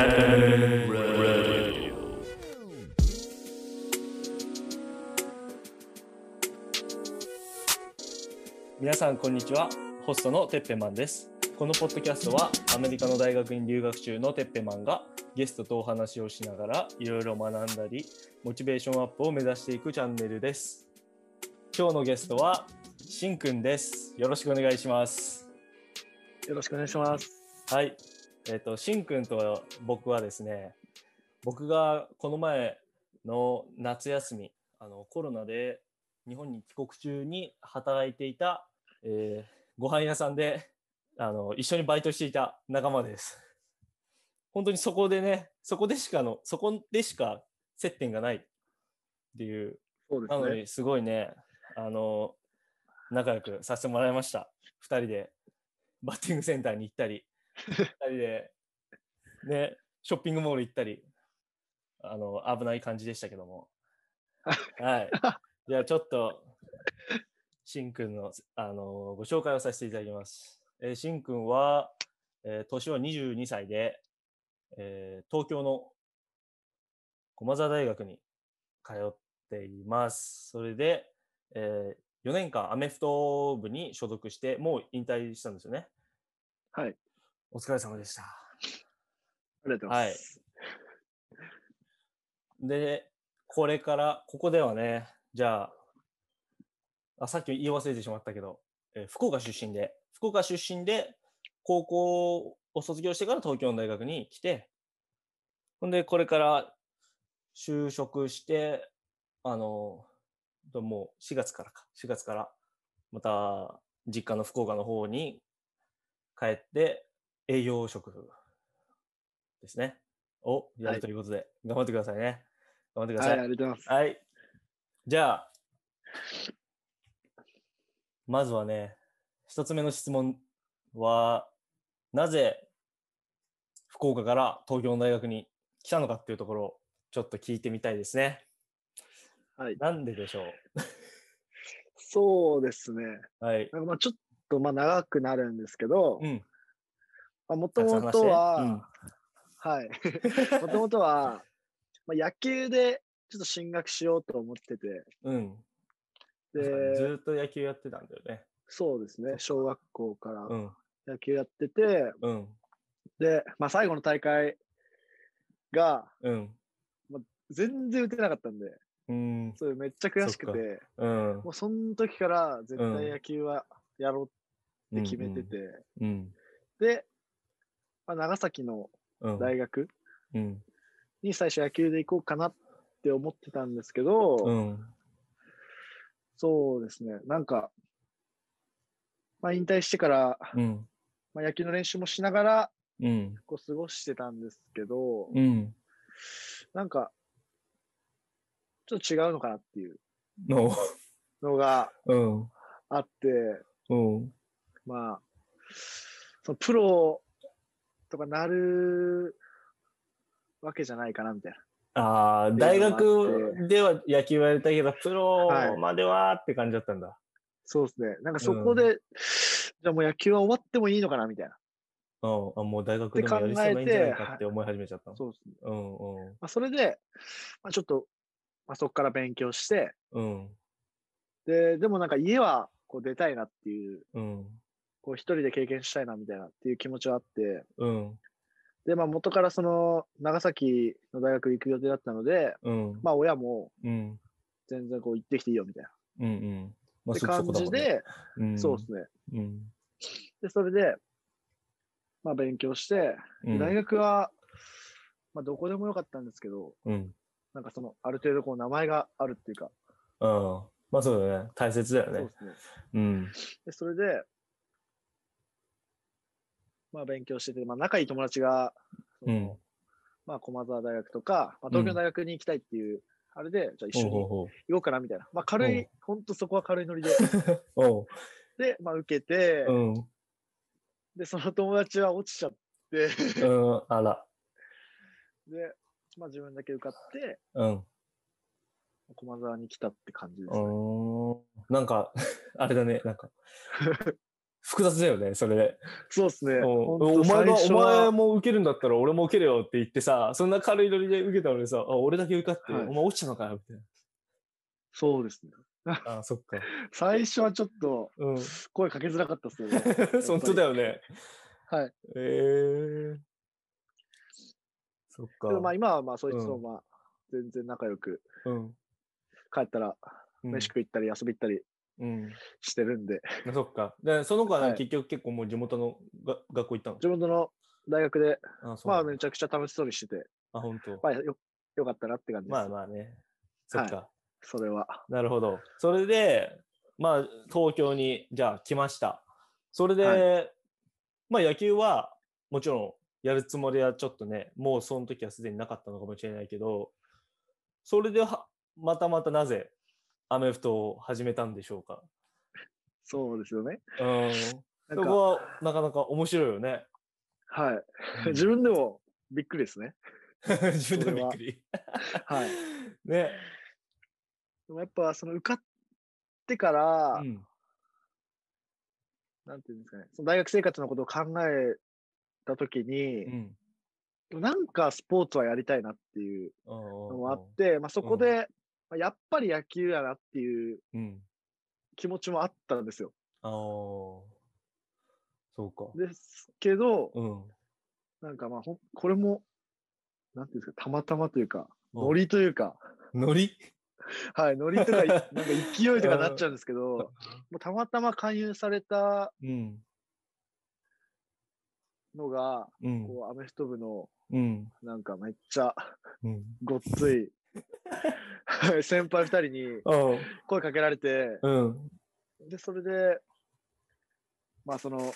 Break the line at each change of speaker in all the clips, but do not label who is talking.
Tandem Radio.
皆さんこんにちはホストのてっぺまんですこのポッドキャストはアメリカの大学に留学中のてっぺまんがゲストとお話をしながらいろいろ学んだりモチベーションアップを目指していくチャンネルです今日のゲストはしんくんですよろしくお願いします
よろしくお願いします。
はいえっ、としんくんと僕はですね僕がこの前の夏休みあのコロナで日本に帰国中に働いていた、えーご飯屋さんであの一緒にバイトしていた仲間です。本当にそこでねそこでしかのそこでしか接点がないっていう
そうで
な
す
の
ね。
にすごいねあの仲良くさせてもらいました2人でバッティングセンターに行ったり2人でねショッピングモール行ったりあの危ない感じでしたけどもはいじゃあちょっとしんくんのあのご紹介をさせていただきます、えー、しんくんは、えー年は22歳で、えー東京の駒澤大学に通っています。それで、えー4年間アメフト部に所属して、もう引退したんですよね。
はい。
お疲れ様でした。
ありがとうございます。
で、これから、ここではね、じゃあ、あさっき言い忘れてしまったけど、えー福岡出身で、福岡出身で、高校を卒業してから東京の大学に来て、ほんで、これから就職して、あの、ともう4月からか、4月から、また実家の福岡の方に帰って、栄養職ですね。をや
は
る
い
ということで、頑張ってくださいね。頑張ってくだ
はい、
さ
あ
い。
りがとうございます。
はい。じゃあ、まずはね、一つ目の質問は、なぜ福岡から東京の大学に来たのかっていうところをちょっと聞いてみたいですね。
はい。
なんででしょ
そうですね。
うはい。
なんかまあちょっとまあ長くなるんですけど
う、ん。
もと
たくさん
も
話して
とは、はい。 もともとは、まあ、野球でちょっと進学しようと思ってて、
うん。うんず
で、
ーっと野球やってたんだよね。
そうですね。小学校か
う
ら
ん。
野球やってて、
うん。
で、まあ最後の大会が
うん。
全然打てなかったんで、
うん。
それめっちゃ悔し
そ
く
っか
て、
うん。
もうその時から絶
うん
対野球はやろうって決めてて、
うん。
で、まあ、長崎の
うん。
大学
うん。
に最初野球で行こうかなって思ってたんですけど、
うん。
そうですね、なんか、まあ、引退してから、
うん。
まあ、野球の練習もしながら
うん。
こう過ごしてたんですけど、
うん。
なんか、ちょっと違うのかなっていう
の。
のが
うん。
あって、
うん。
まあ、そのプロとかなるわけじゃないかなみたいな。
ああ、
って
大
いうのもあって
学では野球はやりたいけど、プ
は
ロ
い
まではって感じだったんだ。
そうですね。なんかそこで、じゃあもう野球は終わってもいいのかなみたいな。
うん、あもう大学でもやりそうないんじゃないかって思い始めちゃったの。
そうですね。
うんうん
まあ、それで、まあ、ちょっと、まあ、そこから勉強して、
うん
で、でもなんか家はこう出たいなっていう、
うん
こう一人で経験したいなみたいなっていう気持ちはあって、
うん
で、まあ元からその長崎の大学行く予定だったので、
うん
まあ親も
うん
全然こう行ってきていいよみたいな
うんうん。ま
って
そそ
感
こだも
じ
んね、
で、
うん
そうですね。
うん
で、それで、まあ勉強して、
う
で
ん
大学は、まあどこでもよかったんですけど、
うん。
なんかその、ある程度こう名前があるっていうか、
うん。まあそうだね。大切だよ
そう
ね
で。すね。
うん
で、それで、まあ勉強してて、まあ仲いい友達が、その
うん
まあ駒沢大学とか、まあ、東京の大学に行きたいっていう、あれで、じゃあ一緒
ほう
に
ほ
行こうかなみたいな。まあ軽
お
い、
う
ほんとそこは軽いノ リで。
うほう。おう。
で、まあ受けて、
うん。
で、その友達は落ちちゃって、
うん。あら。
で、まあ自分だけ受かって、
うん。
駒沢に来たって感じですね。
うーんなんか、あれだね、なんか、複雑だよね、それで。
そうですね。
お
ほんと
お前
最
が
初
お
は
前も受けるんだったら俺も受けるよって言ってさ、そんな軽いノリで受けたのにさ、あ俺だけ受かって、
はい
お前落ちたのかよみたい
そうですね。
な。あそっか。
最初はちょっと
う
声かけづらかったですよ ね。
ん。本当だよね。
はい。
えー。そっか
で。もまあ今はまあそいつと
うん
まあ全然仲良く
うん。
帰ったら
うん
飯食い行ったり遊び行ったり
うん。
してるんで、
そっか。で、その子は
はい
結局結構もう地元のが学校行ったの
地元の大学で
あ、そう
ま
な
あ
んだ。
めちゃくちゃ楽しそうにしてて、
あ、本当。
まあよよかったなって感じです。
まあまあね。そっか。
それは。
なるほど。それで、まあ、東京に、じゃあ来ました。それで、
は
まあ、野球は、もちろん、やるつもりはちょっとね、もうその時はすでになかったのかもしれないけど、それでは、またまたなぜ、アメフトを始めたんでしょうか。
そうですよね。
うん。
なん
そ
か、
こは、なかなか面白いよ ね。
はい。自分でもびっくりですね。
うん自分でもびっくり。
はい。
ね。
でもやっぱその受かってから、
うん。
なんていうんですかね、その大学生活のことを考えたときに、
うん。
でもなんかスポーツはやりたいなっていうのもあって、まあ、そこで、まあやっぱり野球やなっていう
うん。
気持ちもあったんですよ。
ああ。そうか。
ですけど、
うん。
なんかまあほん、これも、なんていうんですか、たまたまというか、
うん
ノリというか、
ノリ
はい、ノリ とかい、なんか勢いとかなっちゃうんですけど、もうたまたま勧誘された
うん。
のが、
うん。
こう、アメフト部の、
うん。
なんかめっちゃ
うん。
ごっつ い、はい先輩二人に声かけられて、
うん。
で、それで、まあその、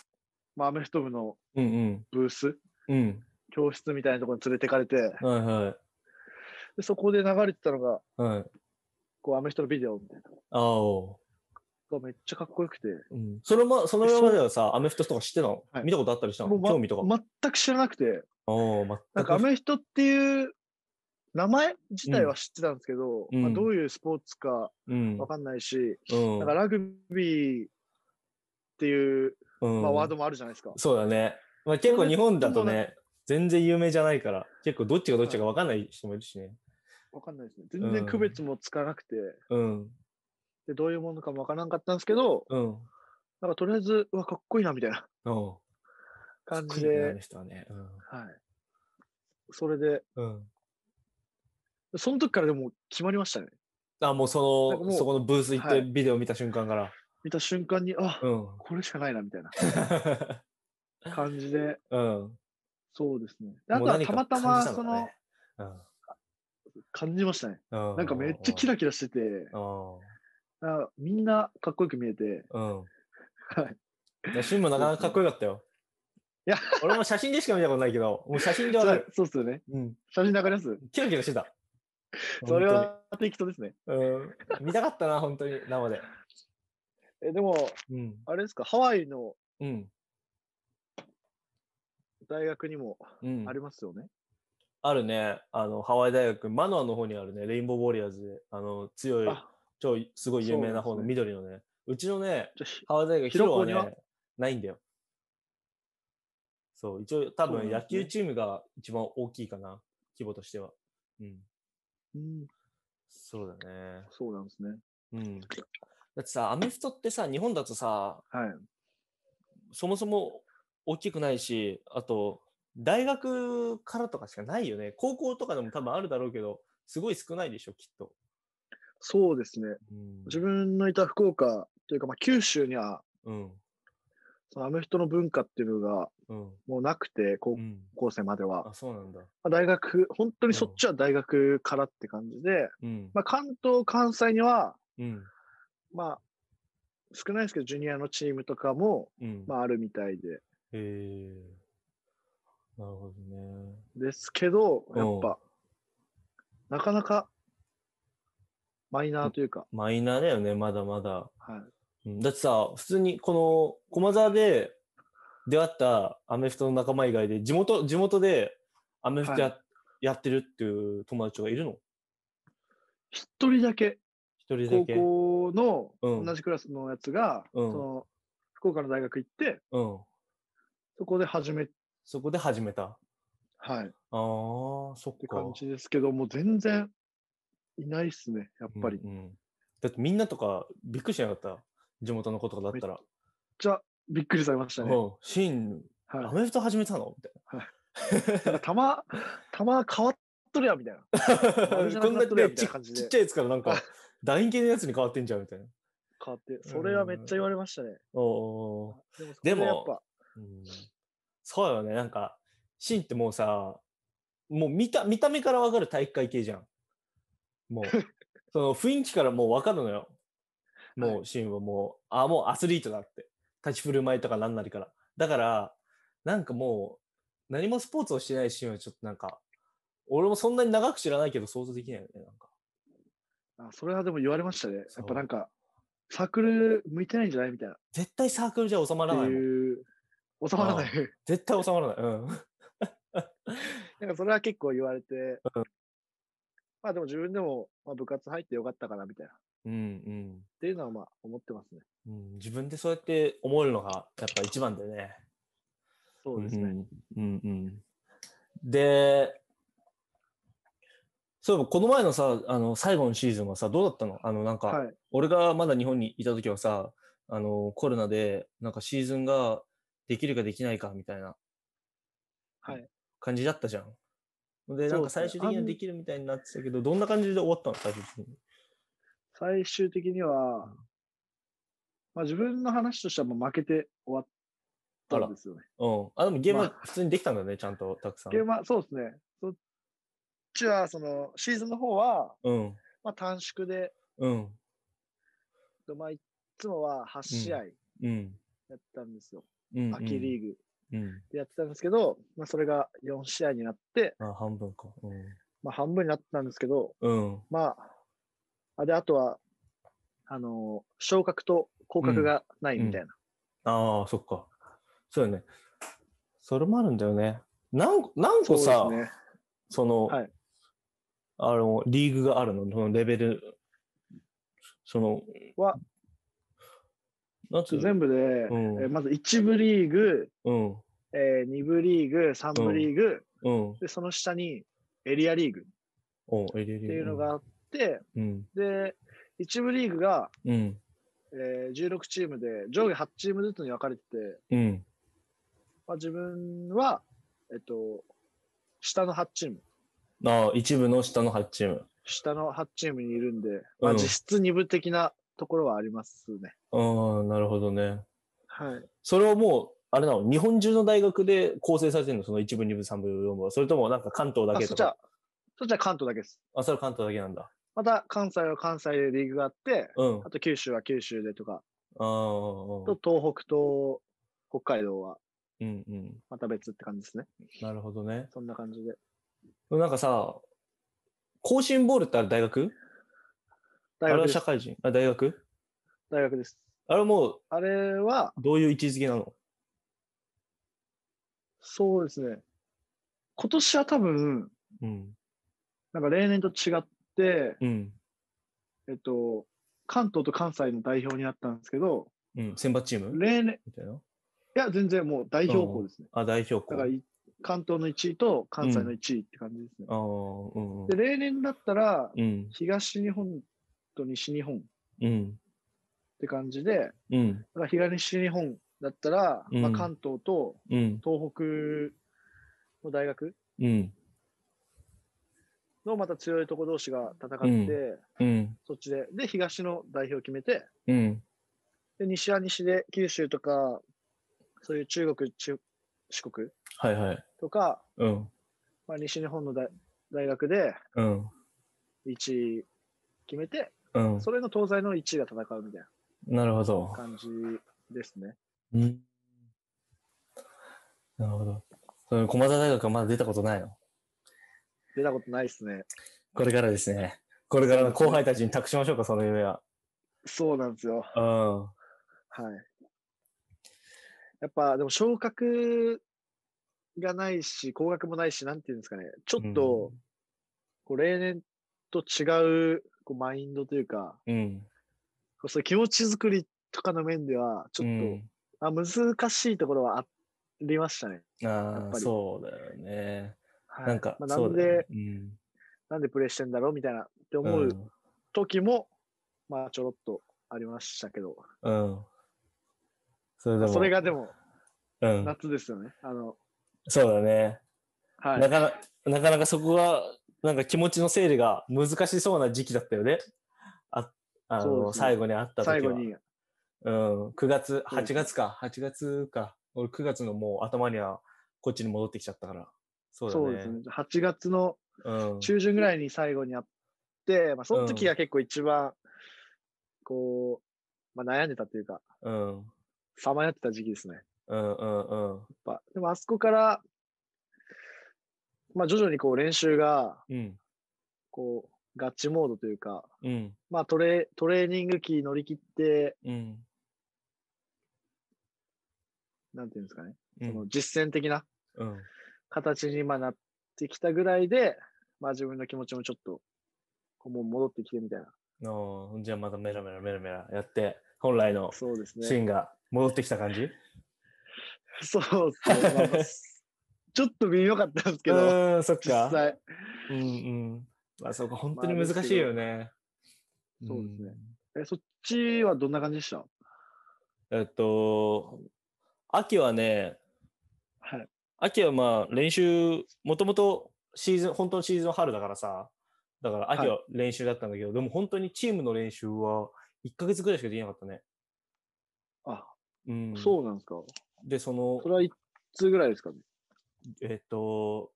まあアメフト部の
うん。
ブース、
うん。
教室みたいなところに連れてかれて、
はいは
でそこで流れてたのが、
い。はい。
こうアメフトのビデオみたいな
ああ。
のがめっちゃかっこよくて、
うん。それま、その今まではさ、アメフトとか知ってたの、
はい
見たことあったりしたの、
もうま
興味とか。
全く知らなくて、
ああ、全く。
なんかアメフトっていう名前自体は知ってたんですけど、
うん
まあ、どういうスポーツか
うん。
わかんないし、
うん。
なんかラグビーっていう、
うん
まあ、ワードもあるじゃないですか。
そうだね。まあ結構日本だと
それ
ね、全然有名じゃないから、結構どっちがどっちかわかんない人もいるしね。
わかんないですね。全然区別もつかなくて、
うん。
でどういうものかもわからなかったんですけど、
うん。
なんかとりあえず、うわ、かっこいいなみたいな
うん。
感じ
かっこいいねあ
で
の、人はね。
はい。それで、
うん。うん。
その時からでも決まりましたね。
あ、もうそ
なんか
の、
もう
そこのブース行っ
は
て
い
ビデオ見た瞬間から。
見た瞬間に、あ、
うん。
これしかないなみたいな感じで、
うん。
そうですね。であと
もう
は
何
た
か
また
感
ま、
じた
その、
ねうん
感じましたね。な
なん
かめっちゃキラキラしてて、
う
あみんなかっこよく見えて、
ん。うん
はい。
いやシンもなかなかかっこよかったよ。
いや、
俺も写真でしか見たことないけど、もう写真でわ
そ
か
う
る。
そうっすよね。
うん。
写真流れます
キラキラしてた。
それは適当ですね。
本当に。うん。見たかったな、本当に、生で。
え、でも、
うん。
あれですか、ハワイの
うん。
大学にも
うん
あ。りますよね。
あるね。あの、ハワイ大学、マノアの方にあるね、レインボーウォリアーズで、あの、強い、
あ、
超い、すごい有名な方
そ
の
うなんで
緑のね、うちのね、
じゃあひ
ハワイ大学、
広
広
子
場は
には
ね、ないんだよ。そう、一応、多
そうな
分
んですね
野球チームが一番大きいかな、規模としては。うん。
うん、
そうだね。
そうなんですね。
うん。だってさ、アメフトってさ、日本だとさ、
はい。
そもそも大きくないし、あと、大学からとかしかないよね。高校とかでも多分あるだろうけど、すごい少ないでしょ、きっと。
そうですね。
うん。
自分のいた福岡というか、まあ、九州には、
うん。
そのアメフトの文化っていうのが
うん。
もうなくて、高
うん。
校生までは。
あ、そうなんだ。
まあ、大学、本当にそっちは大学からって感じで、
うん。
まあ、関東、関西には、
うん。
まあ、少ないですけど、ジュニアのチームとかも、
うん。
まあ、あるみたいで。
へえ。なるほどね。
ですけど、や
う
っ
ん
ぱ、なかなか、マイナーというか、
マイナーだよね、まだまだ。
はい。
うんだってさ、普通にこの駒沢で出会ったアメフトの仲間以外で、地元、地元でアメフトや,、
は
やってるっていう友達がいるの
一人だけ、
一人だ
高
け。
校の
うん
同じクラスのやつが、
うん
その、福岡の大学行って、
うん。
そこで始め、
そこで始めた。あ
はい、
あ、
っ
そってか。
感じですけど、もう全然いないっすね、やっぱり。
うんうんだってみんなとかびっくりしなかった地元の子とかだったら。
じゃあ、びっくりされましたね。
うん。シーン、
はい
アメフト始めたのみ
なんかたま、たま変わっとるや、みたいな。
たい
あれじ
な。
ゃなくなっとるや
こんなね
んみた
ち
いな感じで
ちっちゃいやつからなん か、楕円形のやつに変わってんじゃんみたいな。
変わって。それはめっちゃ言われましたね。
おおで
でも、
も
やっぱ、
ー、うんそうよね。なんか、シーンってもうさ、もう見た見た目からわかる体育会系じゃん。 もう、その雰囲気からもうわかるのよ。もうシーンはもう、あ、もうアスリートだって。立ち振る舞いとかなんなりから。だから、なんかもう、何もスポーツをしてないシーンはちょっとなんか、俺もそんなに長く知らないけど想像できないよね。なんか
あそれはでも言われましたね。や
そう
っぱなんか、サークル向いてないんじゃないみたいな。
絶対サークルじゃ収まら
っ
な
て
いもん。
いう、収まらない。
絶対収まらない。うん。
なんかそれは結構言われて、まあでも自分でも、まあ、部活入ってよかったかなみたいな。っ
うんうん。
ていうのはまあ思ってますね。
うん、自分でそうやって思えるのがやっぱ一番だよね。
そうですね。
うんうんうんで、そういえばこの前のさ、あの最後のシーズンはさ、どうだったのあのなんか、
はい。
俺がまだ日本にいた時はさ、あのコロナでなんかシーズンができるかできないかみたいな
はい。
感じだったじゃん。で、なんか
そ
最
うですね
終的にはできるみたいになってたけど、どんな感じで終わったの最終的に。
最終的には、まあ自分の話としてはもう負けて終わったんですよね。
うん。あ、でもゲームは
ま
普通にできたんだね、ちゃんとたくさん。
ゲームは、そうですね。そっちは、その、シーズンの方は、
うん。
まあ短縮で、
うん。
まあいつもは8試合や
うん。
ったんですよ。
うん。
秋リーグ
ーグ。うん。
でやってたんですけど、まあそれが4試合になって、
あ、半分か。
まあ半分になったんですけど、
うん。うん。
まあ、あで、あとは、あのー昇格と降格がないみたいな。
ああ、そっか。そうよね。それもあるんだよね。何個、何
そ
個
う
さ、そ
ですね。
の、
はい
あの、リーグがあるの、そのレベル、その、
は、
なんつうの
全部で、
ん
えーまず1部リーグ、
うん、
え2部リーグ、3部リーグ、
うん、
で、その下にエリアリーグっ
おエリエリ
ていうのがあ、って、
うん、
で、1部リーグが、
うん、
えー16チームで上下8チームずつに分かれてて、
うん、
まあ、自分は、えっと、下の8チーム、
ああ、一部の下の8チーム。下
下の8チームにいるんで、まあ、
うん
実質2部的なところはありますね。
ああ、なるほどね。
はい。
それをもう、あれなの、日本中の大学で構成されてるの、その一部、二部、三部、四部は。それともなんか関東だ
あ
けと
そっち
か
は。、そっちは関東だけです。
あ、それは関東だけなんだ。
また関西は関西でリーグがあって、
うん。
あと九州は九州でとか、
ああ。
と東北と北海道は
うんうん。
また別って感じですね。
なるほどね。
そんな感じで。
なんかさ、甲子園ボールってあれ大学あ
大
れ
学
は
です
社。会人あ、大学
大学です。
あれはもう、
あれは、
どういう位置づけなの
そうですね。今年は多分、
うん。
なんか例年と違って、
うん。
えっと、関東と関西の代表になったんですけど、
うん。選抜チーム
例年、
みたいな。
いや、全然もう代表校ですね。
あ、代表校。
だからい、関東の1位と関西の1位って感じですね。
ああ、うんうん。
で、例年だったら、
うん。
東日本と西日本っ
うん。
て感じで、だ
うん。
から東日本だったら、ま
う
あ、
ん
関東と
うん。
東北の大学
うん。
のまた強いとこ同士が戦って、
うんうん。
そっちで、で、東の代表決めて、
うん。
で、西は西で九州とか、そういう中国、中四国
はいはい。
とか、
うん。
まあ、西日本の大大学で
うん。
1位決めて、
うん。
それの東西の1位が戦うみたい
なるほど
な。感じですね。
うん。なるほど。それ駒澤大学はまだ出たことないの
出たことないですね。
これからですね。これからの後輩たちに託しましょうか、その夢は。
そうなんですよ。
うん。
はい。やっぱ、でも昇格がないし、降格もないし、なんていうんですかね、ちょっと、こう例年と違うこうマインドというか、
うん。
こうそういう気持ち作りとかの面では、ちょっと
うん
あ難しいところはありましたね。や
あ
っ
あ、
ぱり
そうだよね。
はい、
なんか、
まあ、な
そ
ん
う
で、
だよね。うん
なんでプレイしてんだろうみたいなって
う。
思うん時も、まあちょろっとありましたけど、
うん。それで
まあ
も、
それがでも
うん。
夏ですよね。あの、
そうだね。
はい。
なかななかなかそこが、なんか気持ちの整理が難しそうな時期だったよね。ああ
そう
の、
ですね
最後に会った時は。
最後に、
うん、9月、
そうです
8月か、8月か。俺9月のもう頭にはこっちに戻ってきちゃったから。そうだね。
そうですね。8月の
うん。
中旬ぐらいに最後に会って、まあその時が結構一番、こう、まあ悩んでたというか、
うん。
さまよってた時期ですね。やっ
うんうんうん。
ぱ、でもあそこから、まあ徐々にこう練習が、
うん。
こう、ガチモードというか、
うん。
まあトレ、トレーニング期乗り切って、
うん。
なんていうんですかね、
う
その
ん。
実践的な
うん。
形にまあなってきたぐらいで、まあ自分の気持ちもちょっと、こうもう戻ってきてみたいな。
のじゃあまたメラメラメラメラやって、本来の
そうです
シー
ね。
ンが戻ってきた感じ、
そう ですね。まあまあちょっと微妙かったんですけ
う
ど、
ーん、そっ
実
か。
際。
うんうん。まあそこ本当に
まあです
難しいよね。
どそうですねえ、そっちはどんな感じでした
うん。えっと、秋はね、
はい。
秋はまあ練習、もともとシーズン、本当のシーズンは春だからさ、だから秋はは練習だったんだけど、でも本当にチームの練習は1ヶ月ぐらいしかできなかったね。
あ、
うん。
そうなんですか。
で、その
そ、れはいつぐらいですかね。
えっと、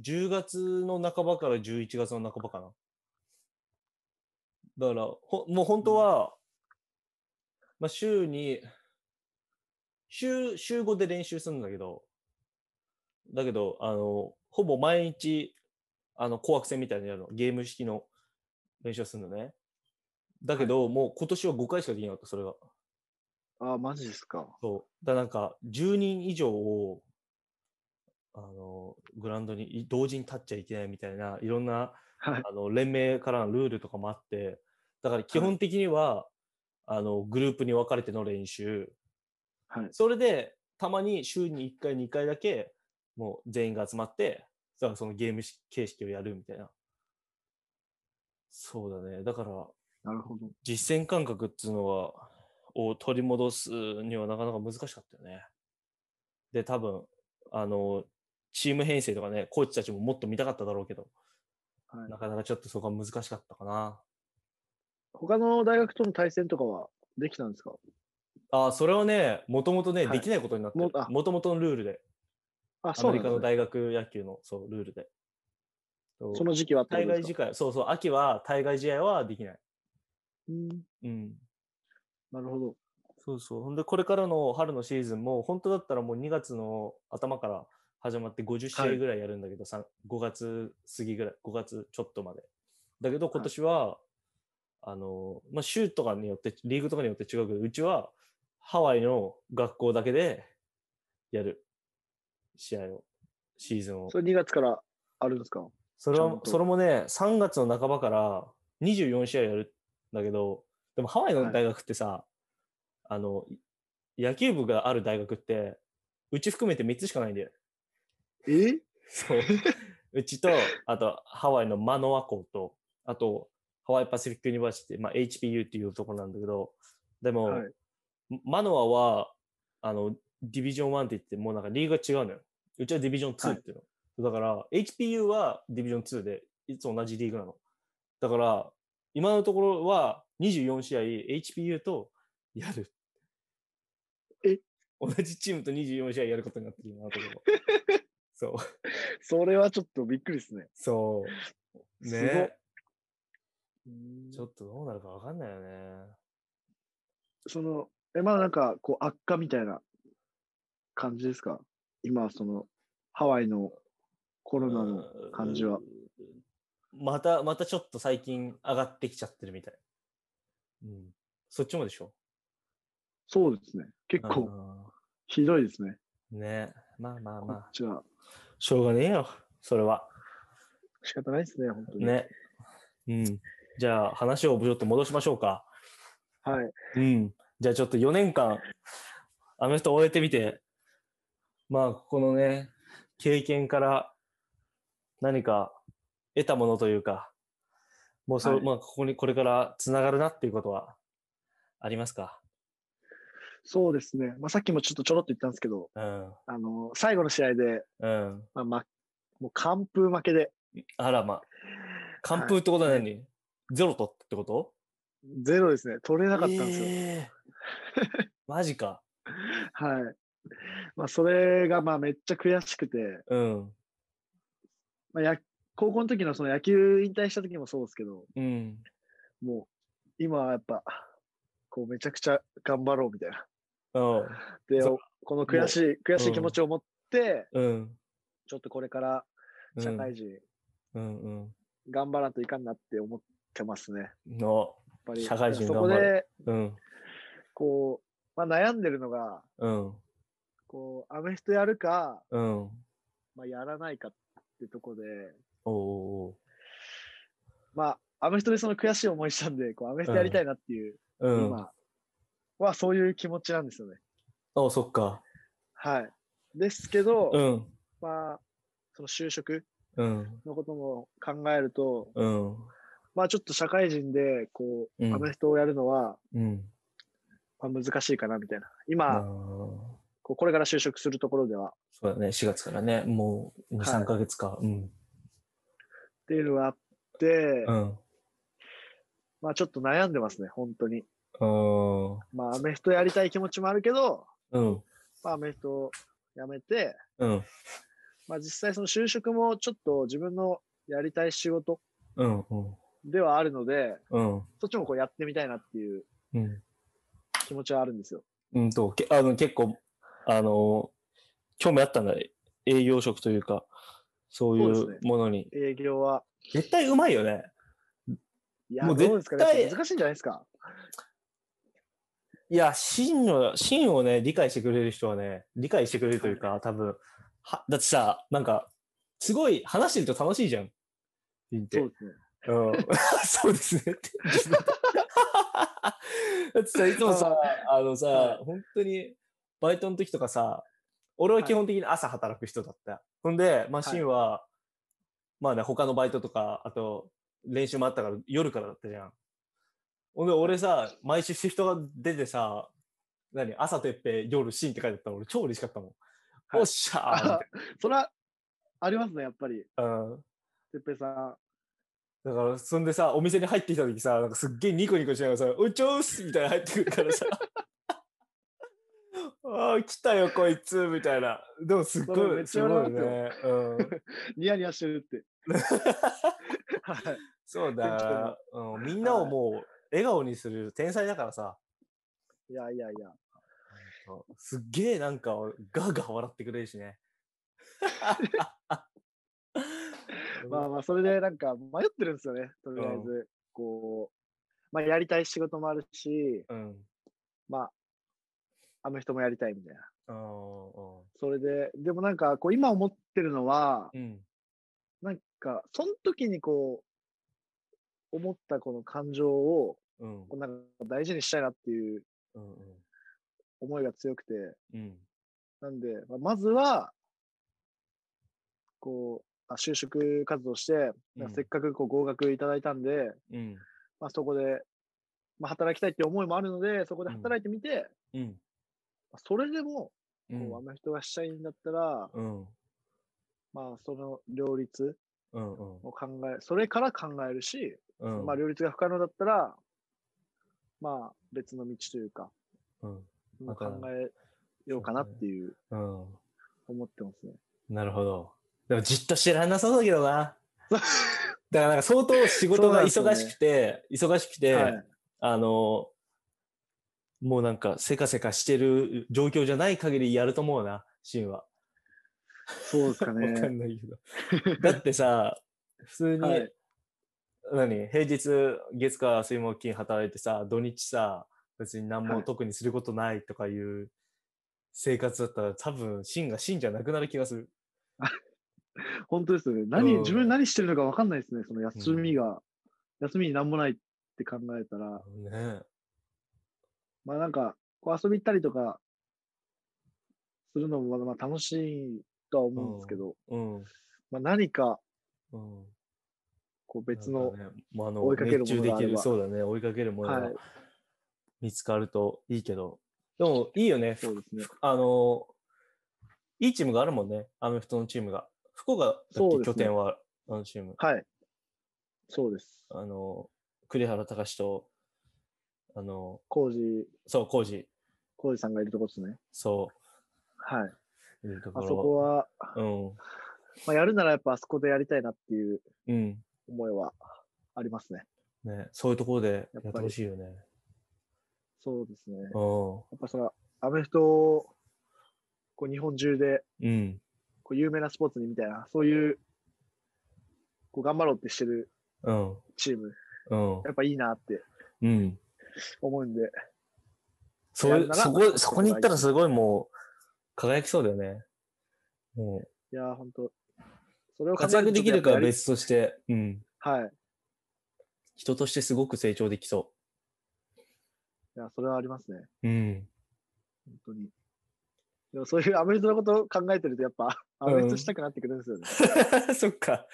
10月の半ばから11月の半ばかな。だから、ほもう本当は、まあ週に、週、週5で練習するんだけど、だけど、あの、ほぼ毎日、あの、紅白戦みたいなのやるの、ゲーム式の練習をするのね。だけど、もう今年は5回しかできなかった、それが。
あ、マジですか。
そう。だなんか、10人以上を、あの、グラウンドにい同時に立っちゃいけないみたいな、いろんな、
はい。
あの、連盟からのルールとかもあって、だから基本的には、あの、グループに分かれての練習。
はい。
それで、たまに週に1回、2回だけ、もう全員が集まって、だからそのゲームし形式をやるみたいな。そうだね。だから、
なるほど。
実践感覚っていうのは、を取り戻すにはなかなか難しかったよね。で、多分、あの、チーム編成とかね、コーチたちももっと見たかっただろうけど、
はい
な、かなかちょっとそこは難しかったかな。
他の大学との対戦とかはできたんですか
ああ、それはね、もともとね、
はい
できないことになって
もあ
もともとのルールで、
あ、
ア
そう
メ
な
リカ
んで
の
すね。
大学野球の、そう、ルールで。そう
その時期はってこ
対
とで
外
す
試
か
合、そうそう、秋は対外試合はできない。
うん、
うん。
なるほど。
そうそう。ほんで、これからの春のシーズンも、本当だったらもう2月の頭から始まって50試
は
合
い
ぐらいやるんだけど、さん5月過ぎぐらい、5月ちょっとまで。だけど、今年は、あの、まあ、州とかによって、リーグとかによって違うけど、うちはハワイの学校だけでやる試合を、シーズンを。
それ2月からあるんですか
それ
ちゃ
は
ん、と
それもね、3月の半ばから24試合やるんだけど、でもハワイの大学ってさ、あの、い野球部がある大学って、うち含めて3つしかないんだよ。
え
そう。う ちと、あとハワイのマノア校と、あとハワイパシフィックユニバーシティ、まあ HPU っていうところなんだけど、でも、
はい。
マノアは、あの、ディビジョン1って言って、もうなんかリーグが違うのよ。うちはディビジョン2
は
っ
い
ていうの。だから、HPU はディビジョン2で、いつも同じリーグなの。だから、今のところは24試合 HPU とやる。
え
同じチームと24試合やることになってる今のところ。 そう。
それはちょっとびっくりですね。
そう。
すごっ
ね。
うん
ちょっとどうなるかわかんないよね。
その、え、まだなんか、こう、悪化みたいな感じですか今、その、ハワイのコロナの感じは。
また、またちょっと最近上がってきちゃってるみたい。うん。そっちもでしょ
そうですね。結構、ひどいですね。
うんねまあまあ
こ
ま
っ
あ。
ちは。
しょうがねえよ。それは。
仕方ないですね、本当に。
ね。うん。じゃあ話をちょっと戻しましょうか。
はい。
うん。じゃあちょっと4年間、あの人終えてみて、まあ、ここのね、経験から何か得たものというか、もうそう、
はい
まあ、ここにこれからつながるなっていうことはありますか
そうですね。まあ、さっきもちょっとちょろっと言ったんですけど、
うん。
あの、最後の試合で、
うん。
まあ、ま、もう完封負けで、
あら、まあ。完封ってことは何、ゼロ取ったってこと
ゼロですね。取れなかったんですよ。
えーマジか。
はい。まあ、それが、まあ、めっちゃ悔しくて、
うん。
まあ、や高校の時のその野球引退した時もそうですけど、
うん。
もう、今はやっぱ、こう、めちゃくちゃ頑張ろうみたいな。
うん。
で
そう、
この悔しい、悔しい気持ちを持って、
うん。
ちょっとこれから
うん
社会人、
うんうん。
頑張らんといかんなって思ってますね。やっ
の。
ぱり、
社会人
そこ
頑張
で、
うん。
こう、まあ、悩んでるのが、
うん。
こう、アメフトやるか、
うん。
まあ、やらないかってとこで、
おうおう
まあ、アメフトでその悔しい思いしたんで、こう、アメフトやりたいなっていう、
おう。うん。
今はそういう気持ちなんですよね。
おそっか。
はい。ですけど、
うん。
まあ、その就職
うん。
のことも考えると、
うん。
まあちょっと社会人で、こう、
うん
アメフトをやるのは、
うん。
まあ、難しいかなみたいな。
あ
今、
ー
こうこれから就職するところでは、っ
そうだね。4月からね。もう2、
はい
3ヶ月か。うん。
ていうのがあって、
うん。
まあちょっと悩んでますね、本当に。
うん。
まあアメフトやりたい気持ちもあるけど、
うん。
まあアメフトをやめて、
うん。
まあ実際その就職もちょっと自分のやりたい仕事
うん。うん。
ではあるので、
うん。
そっちもこうやってみたいなっていう
うん。
気持ちはあるんですよ。
うんと、けあの結構、あの、興味あったんだね。営業職というか、そうい
そうで
う
す
ものに。
営業は。
絶対うまいよね。
いや、
も
ど
う
う
絶
ですかね。
対
やっぱ難しいんじゃないですか。
いや、真の、真をね、理解してくれる人はね、理解してくれるというか、多分、は、だってさ、なんか、すごい話してると楽しいじゃん。ピンって
そうですね。
うん、 そうです ねって。 だってさ、いつもさ、あのさ、
は
本当に、バイトの時とかさ、俺は基本的に朝働く人だった。ほんで、マシンは、まあね、他のバイトとか、あと、練習もあったから、夜からだったじゃん。ほんで、俺さ、毎週シフトが出てさ、何朝てっぺ夜シーンって書いてあったら俺超嬉しかったもん。
はい
おっしゃーみたい
あそれはありますね、やっぱり。
な。うん
てっぺいさん。
だから、そんでさ、お店に入ってきた時さ、なんかすっげえニコニコしながらさ、うちょーすみたいな入ってくるからさ、 ああ、来たよ、こいつみたいな。でも、すっご
それめ
い、
っ
す
ちゃ
ごいよ
笑う
ね。うん。
ニヤニヤしてるって。 はい。
そう だから、うん、みんなをもう、笑顔にする天才だからさ、
いやいやいや。
すっげえなんか、ガーガー笑ってくれるしね。
まあまあ、それでなんか迷ってるんですよね。とりあえず、こう、まあやりたい仕事もあるし、
うん。
まあ、アメフトもやりたいみたいな。
うん。うん
それで、でもなんか、こう今思ってるのは、
うん。
なんか、その時にこう、思ったこの感情を、
うん。
こうなんか大事にしたいなっていう
うん。うん
思いが強くて、
うん。
なんで、まあまずは、こう、あ就職活動して、なんかせっかくこう合格いただいたんで、
うん。
まあ、そこで、まあ、働きたいって思いもあるので、そこで
うん
働いてみて、
うん。
まあそれでも、
う
こう、ア
ん。
メフトがしたいんだったら、
うん。
まあ、その両立
うんうん
を考え、それから考えるし、
うん
まあ、両立が不可能だったら、まあ、別の道というか、
うん
まあ
また
考えようかなっていう、
うん
思ってますね。
なるほど。でもじっとしてらんなそうだけどな。だからなんか相当仕事が
そうな
忙
んです
し
よね
くて、忙しくて、
はい。
あの、もうなんかせかせかしてる状況じゃない限りやると思うな、シンは。
そうですか
わ か
ね。
んないけ ど。だってさ、普通に、
はい
何平日月火水木金働いてさ、土日さ、別に何
は
も
い
特にすることないとかいう生活だったら多分、シンがシンじゃなくなる気がする。
本当ですよね。
う
何、
ん
自分何してるのか分かんないですね。その休みが、休みになんもないって考えたら、
ね
まあなんか、こう遊び行ったりとか、するのもまだまあ楽しいとは思うんですけど、
うん。うん
まあ、何か
うん。
こう別の、
なんかね、まあ、あの
追いかけるもの
熱中で
があ
き
れ
る、
ば
そうだね、追いかけるもの
は
が
い
見つかるといいけど、でもいいよね、
そうですね。
あの、いいチームがあるもんね、アメフトのチームが。福岡だっけ、
そうです
拠
ね
点は、あのチーム。
はい。そうです。
あの、栗原隆と、あの、
コージ、
そう、浩二、
コージさんがいるところですね。
そ
はい。
う、いうとこ
あ
ろ。
そこは、まあ、やるならやっぱあそこでやりたいなっていう
うん、うん。
思いはありますね。
ね、そういうところで
ぱり
やってほしいよね。
そうですね。や
う
っぱそのアメフトをこう日本中で
ん。うん。
こう有名なスポーツにみたいな、そういうこう頑張ろうってしてる
うん。
チーム、
うん。
やっぱいいなって
うん。
思うんで、
そ
やる
う
なら
そこ、そこに行ったらすごいもう、輝きそうだよね。も
いやー、本当それを
う、活躍できるかは
考える
別として、うん。
とやっぱやりはい。
人としてすごく成長できそ
いや、それはありますね。
う。 うん。
本当に。でもそういうアメフトのことを考えてると、やっぱアメフトしたくなってくるんですよね。
そっか。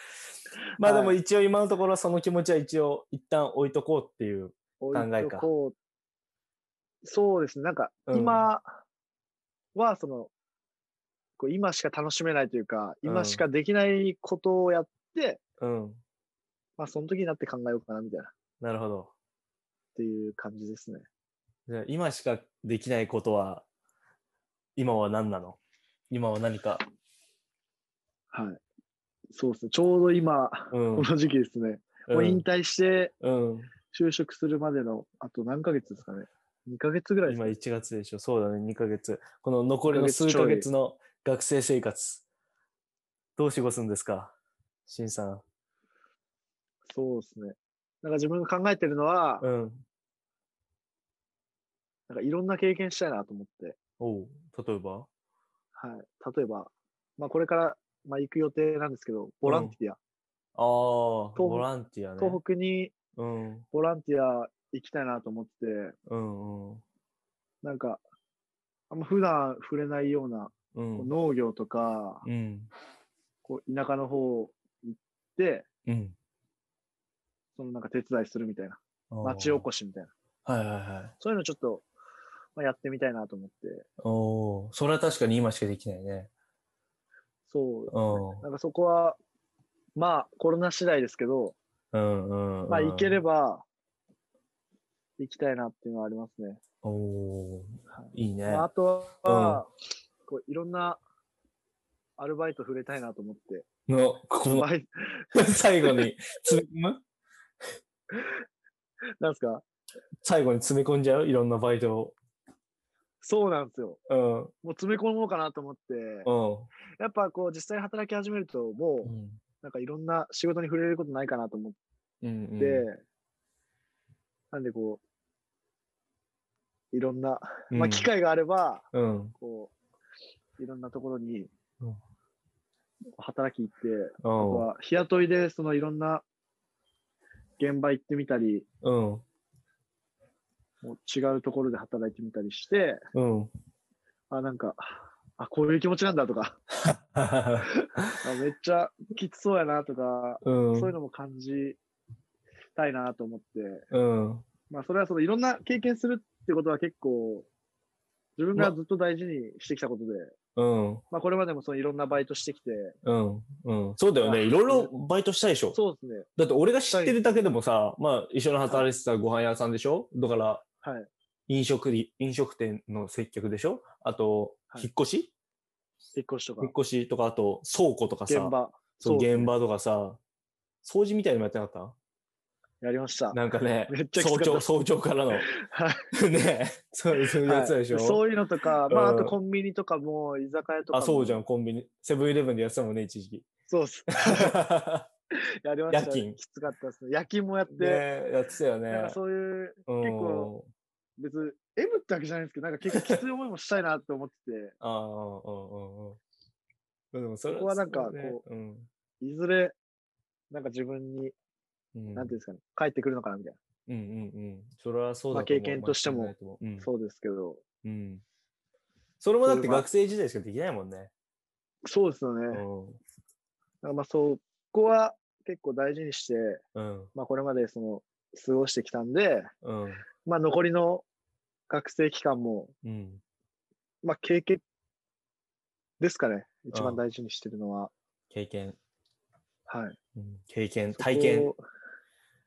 まあ
は
で
い
も一応今のところその気持ちは一応一旦置いとこうっていう。
置 い
考え
と
か
こうそうですね。なんか
うん
今は、その、こう今しか楽しめないというか、
うん
今しかできないことをやって、
うん。
まあその時になって考えようかなみたいな、っ
なるほど。
ていう感じですね。
じゃあ今しかできないことは、今は何なの今は何か。
はい。そうですね。ちょうど今、
うん
この時期ですね。
う
もう引
ん。
退して
うん
就職するまでの、あと何ヶ月ですかね。2ヶ月ぐらいです
今
か
1月でしょ。そうだね、2ヶ月。この残りの数
二ヶ
ヶ
月
月の学生生活。どう過ごすんですかしんさん。
そうですね。なんか自分が考えてるのは、
うん。
なんかいろんな経験したいなと思って、
おう、例えば
はい。例えば、まあこれから、まあ行く予定なんですけど、ボランティア。
ああ、
北
ボランティアね。
東北に
うん、うん、
ボランティア行きたいなと思ってて、
うん、
なんか、あんま普段触れないような、
う、
こうん農業とか、
うん、
こう田舎の方行って、
うん。
そのなんか手伝いするみたいな、
あー
町おこしみたいな、
はいはいはい。
そういうのちょっと、まあ、やってみたいなと思って、
おお、それは確かに今しかできないね。
そうです
う
ね。
ん、
なんかそこは、まあコロナ次第ですけど、
うん、うんうん。
まあ、行ければ、行きたいなっていうのはありますね。
おお
は
ー、いいね。
まあ、あとは、こういろんなアルバイト触れたいなと思って、
の、ここ
バイ
の 最後に詰め込む
なんですか
最後に詰め込んじゃういろんなバイトを。
そうなんですよ。
うん、うん
もう詰め込もうかなと思って、やっぱこう実際働き始めると、もう
うん。
なんかいろんな仕事に触れることないかなと思っ
うんうん
て、なんでこう、いろんな、まあ、機、会があれば、
うん
こう、いろんなところに
うん
働き行って、
う
あと
ん
は日雇いでそのいろんな現場行ってみたり、
うん
もう違うところで働いてみたりして、
うん
あ、なんか、あ、こういう気持ちなんだとか、あめっちゃきつそうやなとか、
う
そういうんのも感じたいなと思って、
うん
まあそれはそのいろんな経験するってことは結構、自分がずっと大事にしてきたことで、
うん
まあこれまでもそのいろんなバイトしてきて、
うんうん そうだよねいろいろバイトしたいでしょ
そうですね、
だって俺が知ってるだけでもさまあ一緒に働いてたご飯屋さんでしょだから
はい、
飲食り飲食店の接客でしょあと
はい
引っ越し
引っ越しとか
引っ、越しとかあと倉庫とか
現
さ
場、
そう
そうですね
現場とかさ掃除みたいなのやってなかった
やりました。
なんかね
めっちゃきつ
早
かった
朝早朝からの ね
はい
そうそういう
はい
やつでしょ
そういうのとか、まあ、
う
あ
ん
とコンビニとかも、居酒屋とか
あ、
も。
そうじゃん、。コンビニ。セブンイレブンでやってたもんね、一時 期。
そうっす。やりました。
夜勤
きつかったですね。夜勤もやって、
で、やってたよね。
なんかそういう、
結
構。別に、M ってわけじゃないんですけど、なんか結構きつい思いもしたいなって思ってて、
ああ、うんうんうんうん。でもそれ
そこはなんか
そうね
こ
うん。
いずれ、なんか自分に、
うん、
なんていうんですかね、帰ってくるのかなみたい
うんうんうん。それはそうだ
まあ経験としても
間違いない思ううん
な。そうですけど、
うん。それもだって学生時代しかできないもんね。
そうですよね。
う
だか
ん。
らまあそこは結構大事にして、
うん。
まあこれまでその過ごしてきたんで、
うん。
まあ残りの学生期間も、
うん。
まあ経験ですかね。一
うん
番大事にしてるのは。
経験。
はい。
うん経験、
そこを
体験。。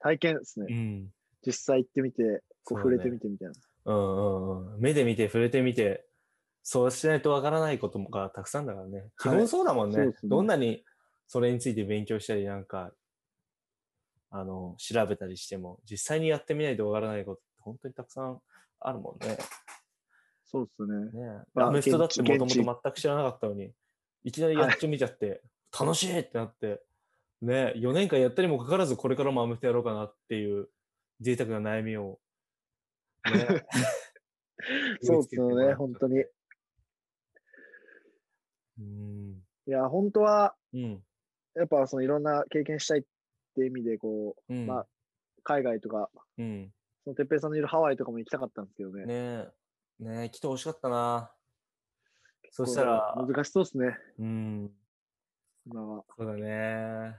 体験ですね。
うん。
実際行ってみて、こう
そう
触
ね
れてみてみたいな。
うんうんうん。目で見て、触れてみて、そうしないとわからないことがたくさんだからね。基
はい
本そうだもんね。
そうですね
どんなにそれについて勉強したり、なんか、あの、調べたりしても、実際にやってみないとわからないことって本当にたくさんあるもんね。
そうですよね。
ね
まあ
アメフトだってもとも
現
と
地、
全く知らなかったのに、いきなりやってみちゃって、楽しいってなって、ね、4年間やったにもかかわらず、これからもアメフトやろうかなっていう贅沢な悩みを、ね
そうですよね。本当に。い
うん。
や、本当は、
うん。
やっぱそのいろんな経験したいって意味で、こう、
うん。
まあ海外とか、
うん。ね
そのてっぺいさんのいるハワイとかも行きたかったんですけどね。
え、ねえ、来てほしかったな。そしたら、
こう難しそうですね、
うん。
今は。
そうだね。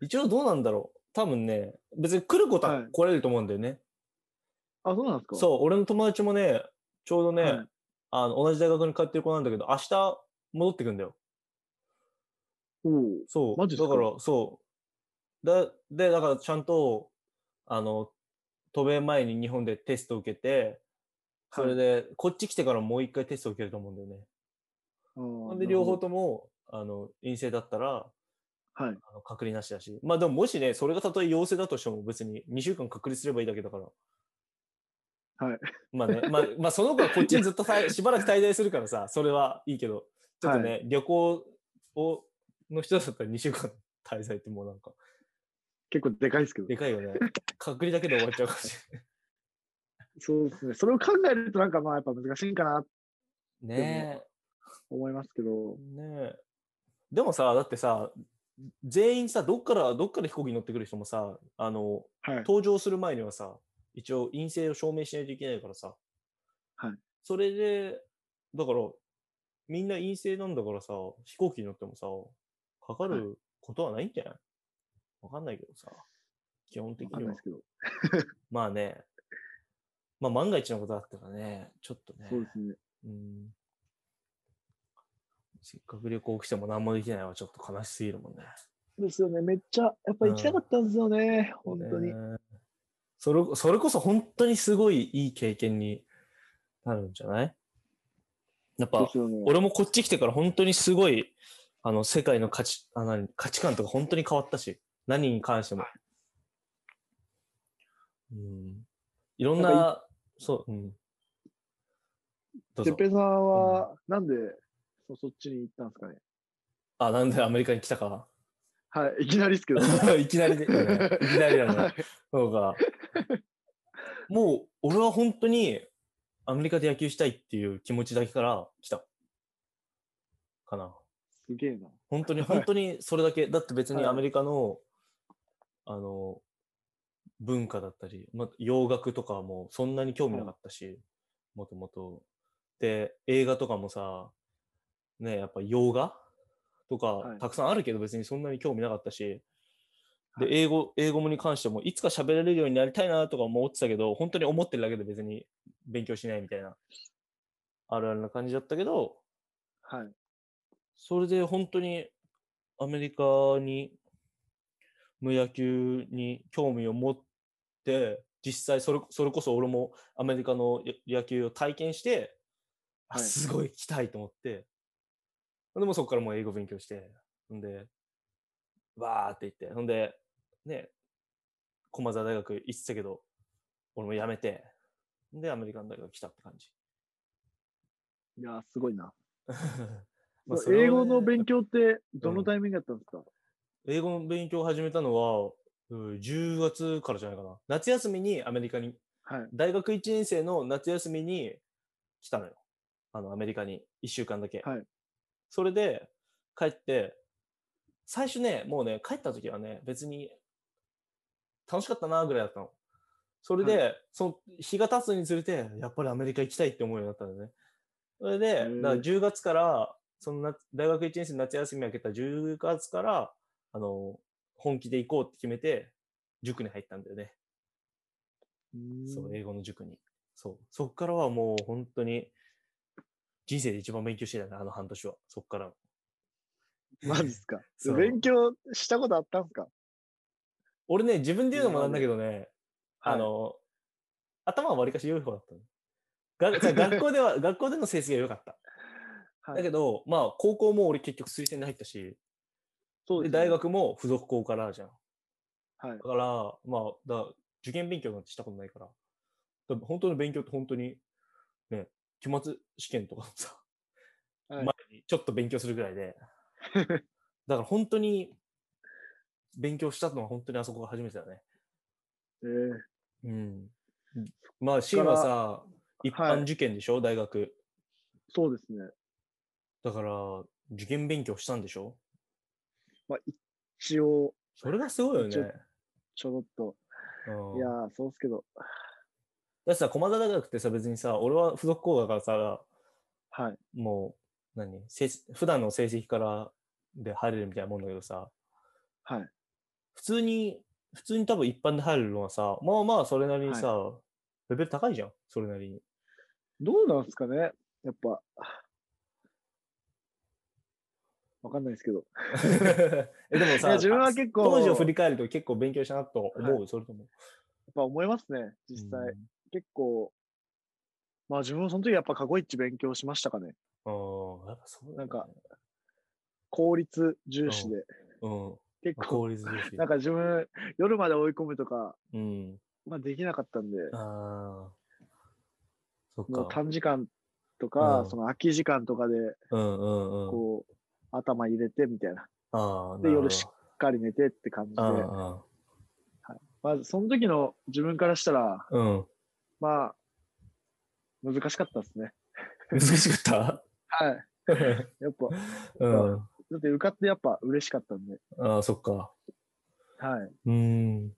一応どうなんだろう。多分ね、別に来ることは
はい
来れると思うんだよね。
あ、そうなんですかう。
そう、俺の友達もね、ちょうどね、
はい
あの同じ大学に通ってる子なんだけど、明日戻ってくんだよ。
おう
そう。
マジっす
だ
か
から、そう。だ、で、だからちゃんと、あの、渡米前に日本でテスト受けて、それで、こっち来てからもう一回テスト受けると思うんだよね。
あ
ほ
ー
んで、両方。とも、あの、陰性だったら、
なるほどはい。
あの隔離なしだし。まあでも、もしね、それがたとえ陽性だとしても別に2週間隔離すればいいだけだから。
はい。
まあね、まあ、まあ、その子はこっちにずっと滞しばらく滞在するからさ、それはいいけど、ちょっとね、
は
旅行を、の人だったら2週間滞在ってもうなんか、
結構でかいですけど
で。かいよね。隔離だけで終わっちゃうかもし
そうですね。それを考えるとなんかまあやっぱ難しいかなと
れない。ね
思いますけど
え。。ねえ。でもさ、だってさ、全員さ、どっから、どっから飛行機に乗ってくる人もさ、あの、
はい。
搭乗する前にはさ、一応陰性を証明しないといけないからさ。
はい。
それで、だから、みんな陰性なんだからさ、飛行機に乗ってもさ、かかることはないんじゃないわかんないけどさ、基本的
わかん
に
ない
は
です。けど。
まあね、まあ万が一のことだったらね、ちょっとね、
そうですね。
うん。せっかく旅行来ても何もできないのはちょっと悲しすぎるもんね。
ですよね。めっちゃ、やっぱ行きたかったんですよね。本当に
ね。それそれこそ本当にすごいいい経験になるんじゃないやっ
で
ぱ
すよね。
俺もこっち来てから本当にすごいあの世界の価値あ何価値観とか本当に変わったし何に関しても、うん、いろんな
なん
そう、うん、どう
てっ
ぞ
ぺいさんは、なんでそそっちに行ったんですかね。
あなんでアメリカに来たか
はい。いきなりで すけど。
いきなりで、ね、いきなりだね
はい
そうか。もう、俺は本当に、アメリカで野球したいっていう気持ちだけから来た。かな。
すげえな。
本当に、
はい
本当にそれだけ。だって別に
はい
アメリカの、あの、文化だったり、ま、洋楽とかもそんなに興味なかったし、もともと。で、映画とかもさ、ね、やっぱ洋画とか、
はい
たくさんあるけど別にそんなに興味なかったし、で、英語、英語に関しても、いつか喋れるようになりたいなとか思ってたけど、本当に思ってるだけで別に勉強しないみたいな、あるあるな感じだったけど、
はい。
それで本当にアメリカにの野球に興味を持って、実際それそれこそ俺もアメリカのや野球を体験して、あ
はい
すごい来たいと思って、でもそこからもう英語勉強して、ほんで、わーって言って、ほんで、ね、駒沢大学行ってたけど、俺も辞めて、で、アメリカの大学来たって感 じ。
いやー、すごいな。
まあそれはね
英語の勉強って、どのタイミングだったんですか、
英語の勉強を始めたのは、うん10月からじゃないかな。夏休みにアメリカに、
はい。
大学1年生の夏休みに来たのよ。あの、アメリカに1週間だけ。
はい
それで、帰って、最初ね、もうね、帰った時はね、別に楽しかったなぐらいだったの。それで、その日が経つにつれて、やっぱりアメリカ行きたいって思うようになったんだよね。それで、
うん
だから10月から、その夏大学1年生の夏休み明けた10月から、あの、本気で行こうって決めて、塾に入ったんだよね。そう、英語の塾に。そう。そっからはもう本当に、人生で一番勉強してたね、あの半年は。そっから。
マジっすか。
そう
勉強したことあったんすか
俺ね、自分で言うのもなんだけどね、
はい
あの、頭はわりかし良い方だったの。がさ 学校では、学校での成績が良かった。
はい
だけど、まあ、高校も俺結局推薦で入ったし、
そ
で
ですね
大。学も付属校からじゃん。
は
だ。
い
から、まあ、だ受験勉強なんてしたことないから、だ本当の勉強って本当に、ね、期末試験とかのさ、
は
前
い
にちょっと勉強するぐらいで、だから本当に勉強したのは本当にあそこが初めてだね。
えー
うん。まあ、シーンはさ、一
はい
般受験でしょ、大学。
そうですね。
だから、受験勉強したんでしょ
まあ、一応、
それがすごいよ
一応
ね。
ちょろっと。
うん
いやー、そうっすけど。
だってさ、駒澤大学ってさ、別にさ、俺は付属校だからさ、
はい。
もう、何成績普段の成績からで入れるみたいなもんだけどさ、
はい。
普通に、普通に多分一般で入るのはさ、まあまあそれなりにさ、レベル高いじゃん、それな りに。
どうなんすかねやっぱ。わかんないですけど。
えでも
い
さ、
や自分は結構
当時を振り返ると結構勉強したなと思う、それとも。
やっぱ思いますね、実際。結構、まあ自分もその時やっぱ過去一勉強しましたかね。
うん。ああ、やっぱそうだよね
なんか、効率重視で。
うん。
結
まあ
構、
効率重視。
なんか自分、夜まで追い込むとか、
うん。
まあできなかったんで、
ああ。そっ
もう
か。
短時間とか、
うん
その空き時間とかで、
うんうんうん。
こう、頭入れてみたいな。し
ああ、
で
なるほど
夜しっかり寝てって感じで。
あ
まずその時の自分からしたら、
あ、うん。
まあ、難しかったですね。
難しかった
はい。やっぱ、
うん。
だって受かってやっぱ嬉しかったんで。
ああ、そっか。
はい。
うん。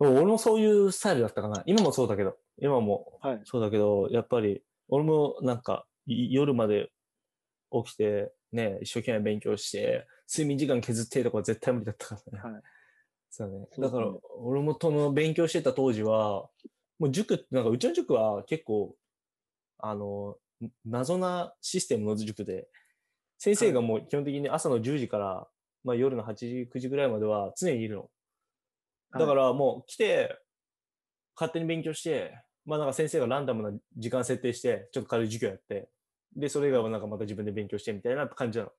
俺もそういうスタイルだったかな。今もそうだけど、今も
はい。
そうだけど、やっぱり、俺もなんか、い夜まで起きて、ね、一生懸命勉強して、睡眠時間削ってとかは絶対無理だったからね。
はい。
そうね。
そう、
だから、俺もその勉強してた当時は、もう塾って、なんかうちの塾は結構、あの、ん謎なシステムの塾で、先生がもう基本的に朝の10時から、まあ夜の8時、9時ぐらいまでは常にいるの。だかららもう来て、勝手に勉強して、まあなんか先生がランダムな時間設定して、ちょっと軽い授業やって、で、それ以外はなんかまた自分で勉強してみたいな感じなの。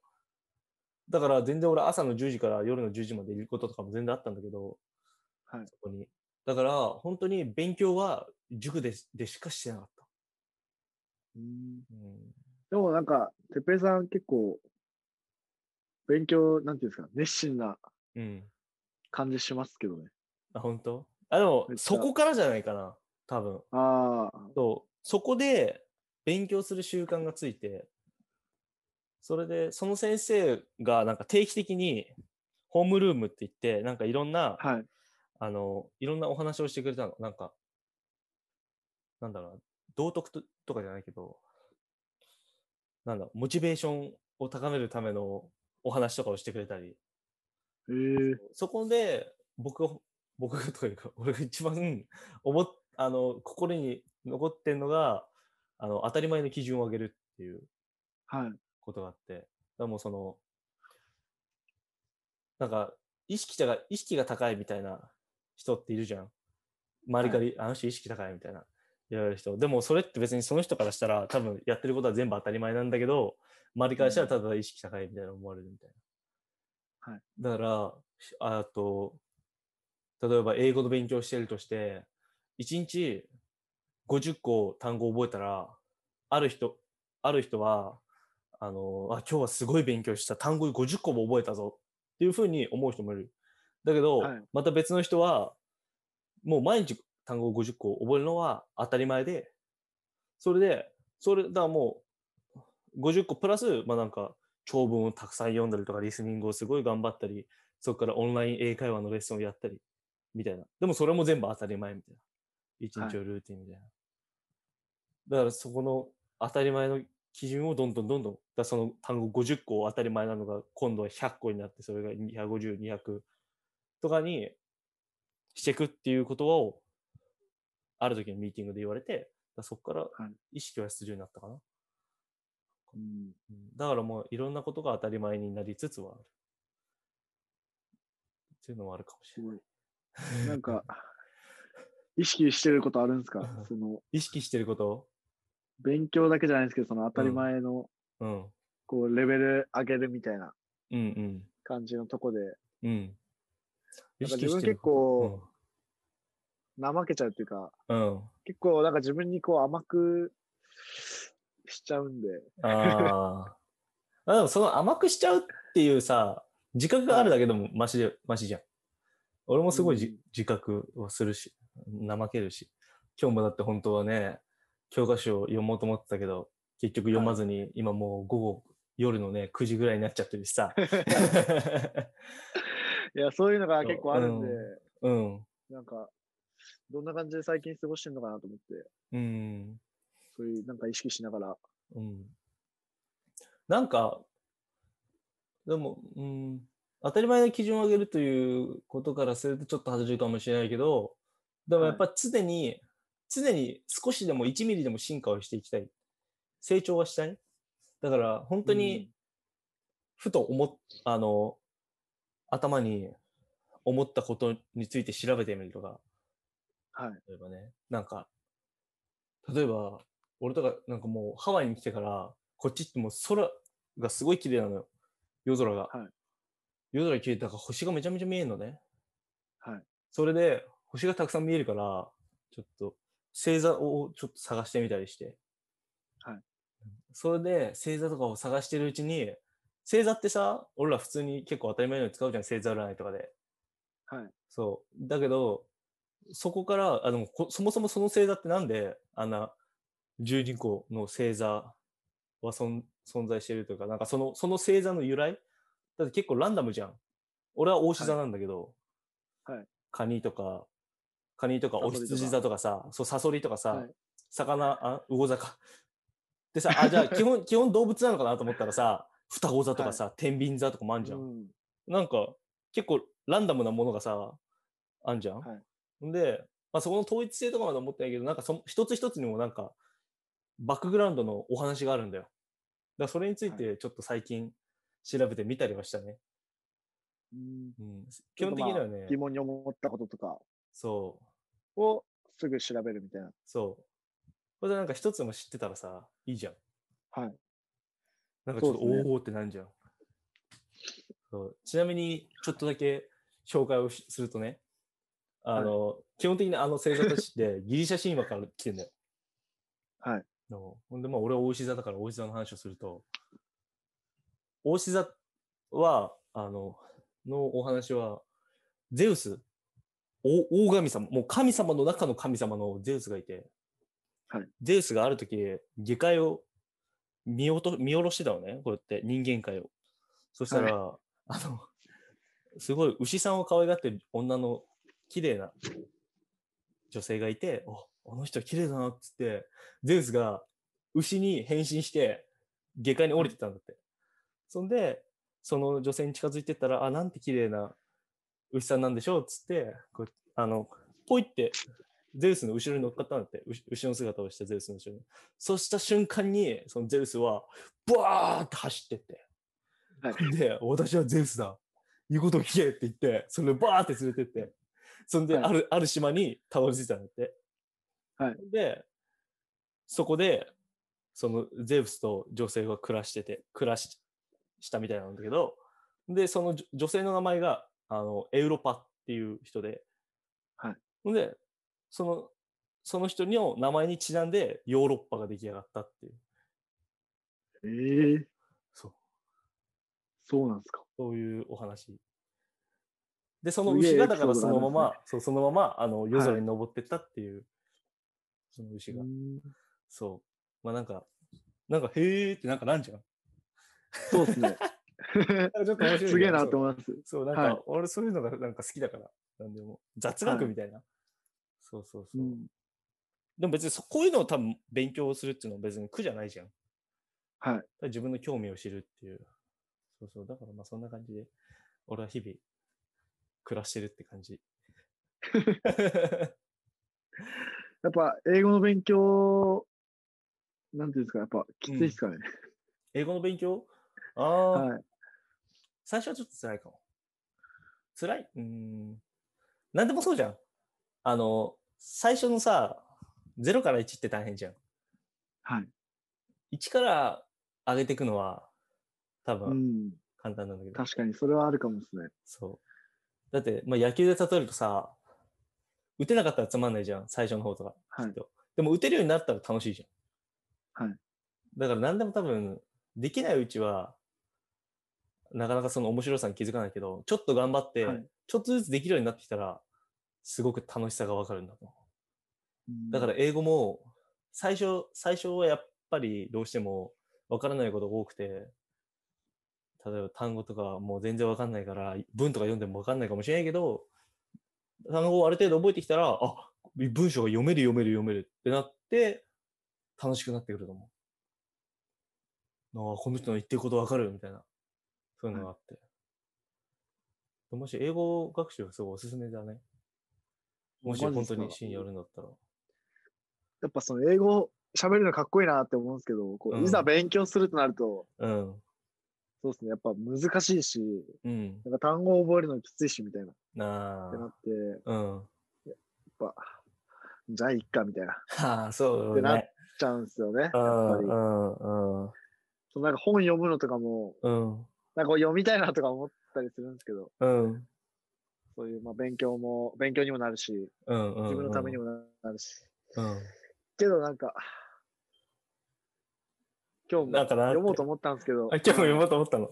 だから全然俺朝の10時から夜の10時までいることとかも全然あったんだけど、
はい
そこに。だから本当に勉強は塾ででしかしてなかった。
うん
うん、
でもなんか、てっぺいさん結構、勉強、なんていうんですか、熱心な
うん。
感じしますけどね。
あ、本当あ、でも
めっちゃ
そこからじゃないかな、多分。
ああ、
そう、そこで勉強する習慣がついて、それで、その先生がなんか定期的にホームルームって言って、なんかいろんな、
はい。
あの、いろんなお話をしてくれたの。なんか、なんだろうな、道徳ととかじゃないけど、なんだ、モチベーションを高めるためのお話とかをしてくれたり、
ええ
そこで僕が、僕がというか、 俺が一番思っ、あの、心に残ってんのが、あの、当たり前の基準を上げるっていう
はい。
ことがあって、だからもうその、なんか、意識が、意識が高いみたいな人っているじゃん。周りから、あの人意識高いみたいな、言われる人。でもそれって別にその人からしたら多分やってることは全部当たり前なんだけど、周りからしたらただ意識高いみたいな思われるみたいな。
はい
だから、あと、例えば英語の勉強してるとして、1日50個単語覚えたら、ある人、ある人は、あの、あ、今日はすごい勉強した。単語50個も覚えたぞ。っていうふうに思う人もいる。だけど、
はい
また別の人は、もう毎日単語50個覚えるのは当たり前で、それで、それ、だからもう、50個プラス、まあなんか、長文をたくさん読んだりとか、リスニングをすごい頑張ったり、そこからオンライン英会話のレッスンをやったり、みたいな。でもそれも全部当たり前みたいな。一日のルーティンみたいな。だからそこの当たり前の基準をどんどんどんどん、だその単語50個当たり前なのが、今度は100個になって、それが250、200とかにしていくっていうことを、ある時のミーティングで言われて、だそこから
はい
意識は必要になったかな。
うん
うんだからもういろんなことが当たり前になりつつはある。っていうのもあるかもし
す
れない。
ごい。なんか、意識してることあるんですかその、
意識してること
勉強だけじゃないですけど、その当たり前の、
うん。
こう、レベル上げるみたいな
うん
感じのとこで、
うん。うん。
なんか
意識してる
自分
こと、
怠けちゃうっていうか、
うん。うん
結構なんか自分にこう甘くしちゃうんで、
ああ。でもその甘くしちゃうっていうさ、自覚があるだけでもマシで、マシじゃん。俺もすごいじ、
うん
自覚をするし、怠けるし。今日もだって本当はね、教科書を読もうと思ってたけど、結局読まずに、今もう午後、夜のね、9時ぐらいになっちゃってるし さ。
いや、そういうのが結構あるんで、
うん。
なんか、どんな感じで最近過ごしてるのかなと思って、
うん。
そういうなんか意識しながら、
うん。なんか、でも、うん、当たり前の基準を上げるということからするとちょっと外れるかもしれないけど、でもやっぱ常に、常に少しでも1ミリでも進化をしていきたい。成長はしたい。だから本当に、ふと思っ、あの、頭に思ったことについて調べてみるとか、
はい。
例えばね、なんか、例えば、俺とか、なんかもうハワイに来てから、こっちってもう空がすごい綺麗なのよ。夜空が。
はい
夜空綺麗だから星がめちゃめちゃ見えるのね。
はい。
それで、星がたくさん見えるから、ちょっと、星座をちょっと探してみたりして。
はい。
それで、星座とかを探してるうちに、星座ってさ、俺ら普通に結構当たり前のように使うじゃん、星座占いとかで。
はい。
そう。だけど、そこから、あでもこそもそもその星座ってなんで、あんな、12個の星座はそん存在してるというか、なんかその、その星座の由来だって結構ランダムじゃん。俺は大牛座なんだけど、
はい
カニとか、カニとか
サソ
お
リとか
羊座とかさ、そう、サソリとかさ、
はい
魚、あ、魚座か。でさ、あ、じゃあ基本、 基本動物なのかなと思ったらさ、双子座とかさ、天秤座とかもあんじゃん。
うん
なんか、結構ランダムなものがさ、あんじゃん、
はい
んで、まあ、そこの統一性とかまでは思ってないけど、なんかその一つ一つにもなんか、バックグラウンドのお話があるんだよ。だからそれについてちょっと最近調べてみたりはしたね。
うん
うん、基本的には
ちょっとま
ね
あ、疑問に思ったこととか
そう、
をすぐ調べるみたいな。
そう。これでなんか一つでも知ってたらさ、いいじゃん。
はい。
なんかちょっと、
そうですね
おおーってなんじゃん。そうちなみに、ちょっとだけ紹介をしするとね、あの、基本的にあの星座たちって ギリシャ神話から来てんだよ。
はい。
のほんで、まあ俺は大牛座だから大牛座の話をすると、大牛座は、あの、のお話は、ゼウス、お大神様、もう神様の中の神様のゼウスがいて、
はい
ゼウスがある時下界を見落と見下ろしてたのね、こうやって人間界を。そしたら、あの、すごい牛さんを可愛がってる女の綺麗な女性がいて、お、あの人綺麗だなっつって、ゼウスが牛に変身して、下界に降りてたんだって。そんで、その女性に近づいてったら、あ、なんて綺麗な牛さんなんでしょうっつって、こうあの、ポイって、ゼウスの後ろに乗っかったんだって、牛牛の姿をしてゼウスの後ろに。そうした瞬間に、そのゼウスは、ブワーって走ってって。
はい。
で、私はゼウスだ。言うことを聞けって言って、それをバーって連れてって。そんで、
はい
ある、ある島にたどり着いたんだって。
はい。
で、そこで、そのゼウスと女性が暮らしてて、暮らし、したみたいなんだけど、で、その女女性の名前が、あの、エウロパっていう人で、
はい。
ほんで、その、その人の名前にちなんでヨーロッパが出来上がったっていう。
ええ
そう。
そうなんですか。
そういうお話。で、その
すげえ
牛が
エピ
だ
ソ
か
ー
ら
ド
そのまま、
がある
そうそのまま、あの、夜
は
空
い
に登ってったっていう、その牛が。
うん
そう。まあなんか、なんか、へーってなんかなんじゃん。
そうです ね。
なんかちょっと面白いね
すげえなと思います。
そう、なんか、
はい
俺そういうのがなんか好きだから、なんでも。雑学みたいな。そうそうそう。
うん
でも別にそこういうのを多分勉強するっていうのは別に苦じゃないじゃん。
はい。
自分の興味を知るっていう。そうそう。だからまあそんな感じで、俺は日々暮らしてるって感 じ。
やっぱ英語の勉強、なんていうんですか、やっぱきついですかね。
英語の勉強ああ、
はい。
最初はちょっと辛いかも。辛いうーん。なんでもそうじゃん。あの、最初のさ、0から1って大変じゃん。
はい。
1から上げていくのは多
う
分
ん。
簡単なんだけど。
確かに、それはあるかもですね。
そう。だって、まあ、野球で例えるとさ、打てなかったらつまんないじゃん、最初の方とか。
はい
きっとでも打てるようになったら楽しいじゃん。
はい。
だから何でも多分、できないうちは、なかなかその面白さに気づかないけど、ちょっと頑張って、
はい
ちょっとずつできるようになってきたら、すごく楽しさがわかるんだと思う。
うん
だから英語も、最初、最初はやっぱりどうしてもわからないことが多くて、例えば単語とかもう全然わかんないから、文とか読んでもわかんないかもしれないけど、単語をある程度覚えてきたら、あ、文章が読める読める読めるってなって、楽しくなってくると思う。ああ、この人の言ってることわかるみたいな。そういうのがあって。もし英語学習はすごいおすすめだね。もし
マジっ
本
す
当
か
に深夜やるんだったら。
やっぱその英語喋るのかっこいいなって思うんですけど、こ
うん
ういざ勉強するとなると、
うん。
そうですね、やっぱ難しいし、
うん。
なんか単語を覚えるのきついしみたいなっ
な
てなっ
あ。
て、やっ
うん。
ぱ、じゃあいっかみたいな、
はあ、そう
でな
だ
っ
ね。
ちゃうんですよね。や
う
っぱ
ん、
り
う。ん、うん。
そのなんか本読むのとかも、
うん、
なんかこう読みたいなとか思ったりするんですけど、
うん。
そういうまあ勉強も、勉強にもなるし、
うん、うん。
自分のためにもなるし。
うん。
けどなんか、今日も
だから、
読もうと思ったんですけど、
あ今日も読もうと思ったの。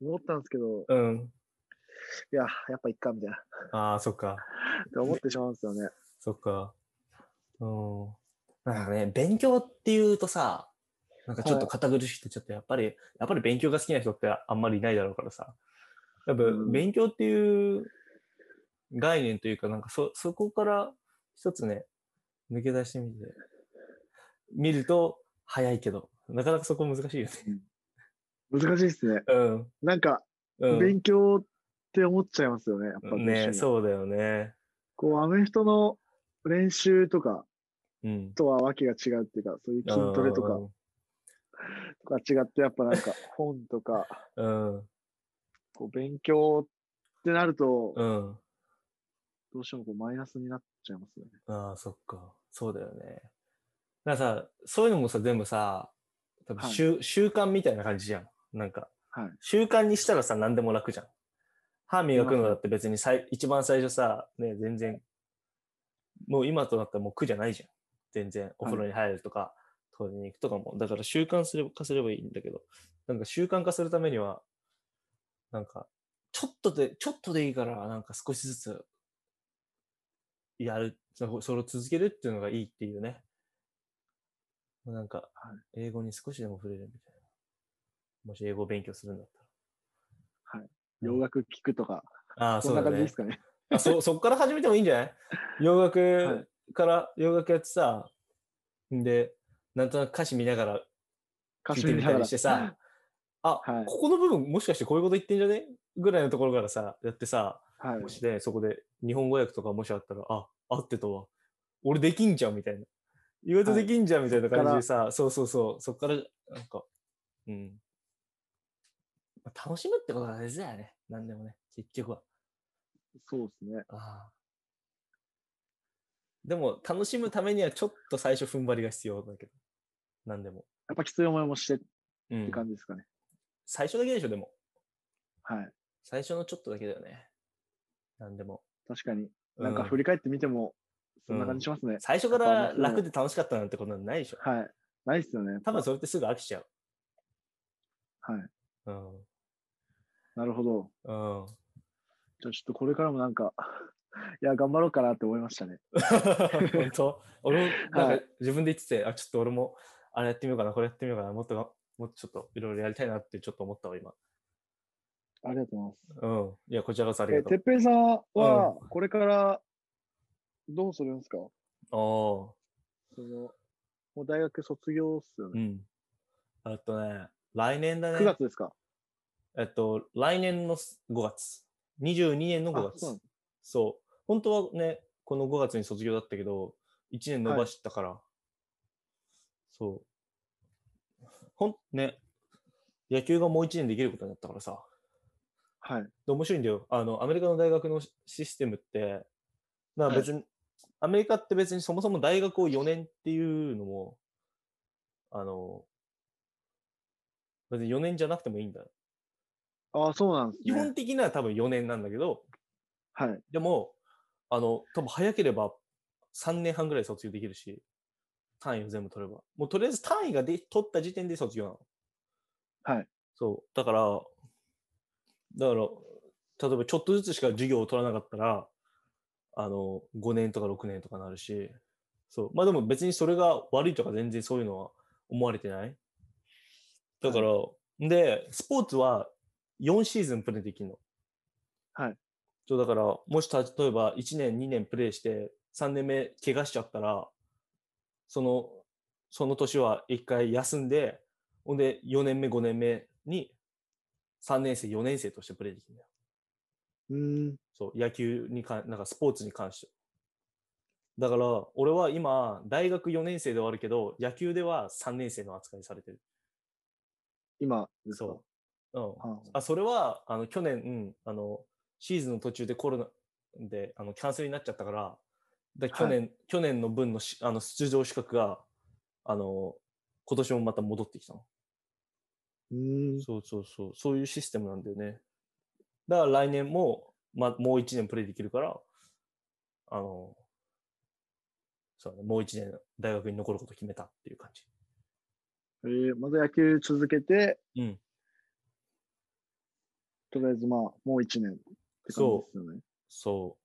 思ったんですけど、
うん。
いや、やっぱいっかみたいな。
ああ、そっか。
って思ってしまうんですよね。
そっか。うん。なんかね、勉強っていうとさ、なんかちょっと堅苦しくて、ちょっとやっぱり、やっぱり勉強が好きな人ってあんまりいないだろうからさ。やっぱ
うん
勉強っていう概念というか、なんかそ、そこから一つね、抜け出してみて、見ると早いけど、なかなかそこ難しいよね。
難しいですね。
うん。
なんか、
うん。
勉強って思っちゃいますよね。やっぱどうしても
ねそうだよね。
こう、アメフトの練習とか
うん。
とはわけが違うっていうか、そういう筋トレとかとか違って、やっ ぱなんか本とか、
うん。うん。
こう、勉強ってなると、
うん。
どうしてもこうマイナスになっちゃいますよね。
ああ、そっか。そうだよね。なんかさ、そういうのもさ、全部さ、多分
はい
習、習慣みたいな感じじゃん。なんか、
はい
習慣にしたらさ、何でも楽じゃん。歯磨くのだって別にさい一番最初さ、ね、全然、もう今となったらもう苦じゃないじゃん。全然、お風呂に入るとか、トイレに行くとかも。だから習慣すれば化すればいいんだけど、なんか習慣化するためには、なんか、ちょっとで、ちょっとでいいから、なんか少しずつやる、そそれを続けるっていうのがいいっていうね。もうなんか、英語に少しでも触れるみたいな。もし英語を勉強するんだった
洋楽聴くとか、
ら。ああ、
そ
そ
ん
う
な
だ
感じで
ね
す。かね。
あそ、 そっから始めてもいいんじゃない洋
は
楽から、洋楽やってさ、んで、なんとなく歌詞見ながら
歌
聞い
詞
て
見
み
な
た
が
り
ら
してさ、あ、
はい
ここの部分もしかしてこういうこと言ってんじゃねぐらいのところからさ、やってさ、
はい。
もしね、そこで日本語訳とかもしあったら、あ、合ってたわ。俺できんじゃんみたいな。意外とできんじゃんみたいな感じでさ、そうそうそう、そっから、なんか、うん。まあ楽しむってことが大事だよね。なんでもね、結局は。
そうですね。
ああでも、楽しむためにはちょっと最初踏ん張りが必要だけど。なんでも。
やっぱきつい思いもしてっ
う
て
ん。
感じですかね。
最初だけでしょ、でも。
はい。
最初のちょっとだけだよね。なんでも。
確かに。なんか
うん
振り返ってみても、そんな感じしますね。
最初か
や
ら
っぱね
楽で楽しかったなんてことはないでしょ。
はい。ないっすよね。
多分それってすぐ飽きちゃう。
はい。
うん。
なるほど。
うん。
じゃあちょっとこれからもなんか、 いや、頑張ろうかなって思いましたね。
本当俺も、
は
なん
い
か自分で言ってて、あ、ちょっと俺も、あれやってみようかな、これやってみようかな、もっとが、もっとちょっといろいろやりたいなってちょっと思ったわ、今。
ありがとうございます。
うん。いや、こちらこそありが
えー、て
と
っぺいさんは、これから、どうするんですか
う。ああ。
その、もう大学卒業っすよ
う
ね。
ん。えっとね、来年だね。
9月ですか
えっと、来年のす5月。22年の5
あそうなん
月。そう。本当はね、この5月に卒業だったけど、1年伸ばしたから。そう。ほん、ね、野球がもう1年できることになったからさ。
はい。
で、面白いんだよ。あの、アメリカの大学のシシステムって、まあ
はい
別に、アメリカって別にそもそも大学を4年っていうのも、あの、別に4年じゃなくてもいいんだ。
ああ、そうなんです
基
ね
本。的には多分4年なんだけど、
はい。
でも、あの、多分早ければ3年半ぐらい卒業できるし、単位を全部取れば。もうとりあえず単位がで取った時点で卒業なの。
はい。
そう。だから、だから、例えばちょっとずつしか授業を取らなかったら、あの、5年とか6年とかなるし、そう。まあでも別にそれが悪いとか全然そういうのは思われてない。だから、で、スポーツは4シーズンプレーできるの。
はい。
そうだから、もし例えば1年、2年プレーして、3年目怪我しちゃったら、その、その年は1回休んで、ほんで、4年目、5年目に、3年生、4年生としてプレーできるんだよ。
うーん。
そう、野球にかん、なんかスポーツに関して。だから、俺は今、大学4年生ではあるけど、野球では3年生の扱いされてる。
今ですか
そう。うん。
あ
あ、それは、あの、去年、うん、あの、シーズンの途中でコロナで、あの、キャンセルになっちゃったから、で去年、去年の分のし、あの、出場資格が、あの、今年もまた戻ってきたの。
うーん。
そうそうそう、そういうシステムなんだよね。だから来年も、まあ、もう1年プレイできるから、あの、そうだね、もう1年大学に残ること決めたっていう感じ。
えー、また野球続けて、
うん。
とりあえずまあ、もう一年って感じですよね。
そ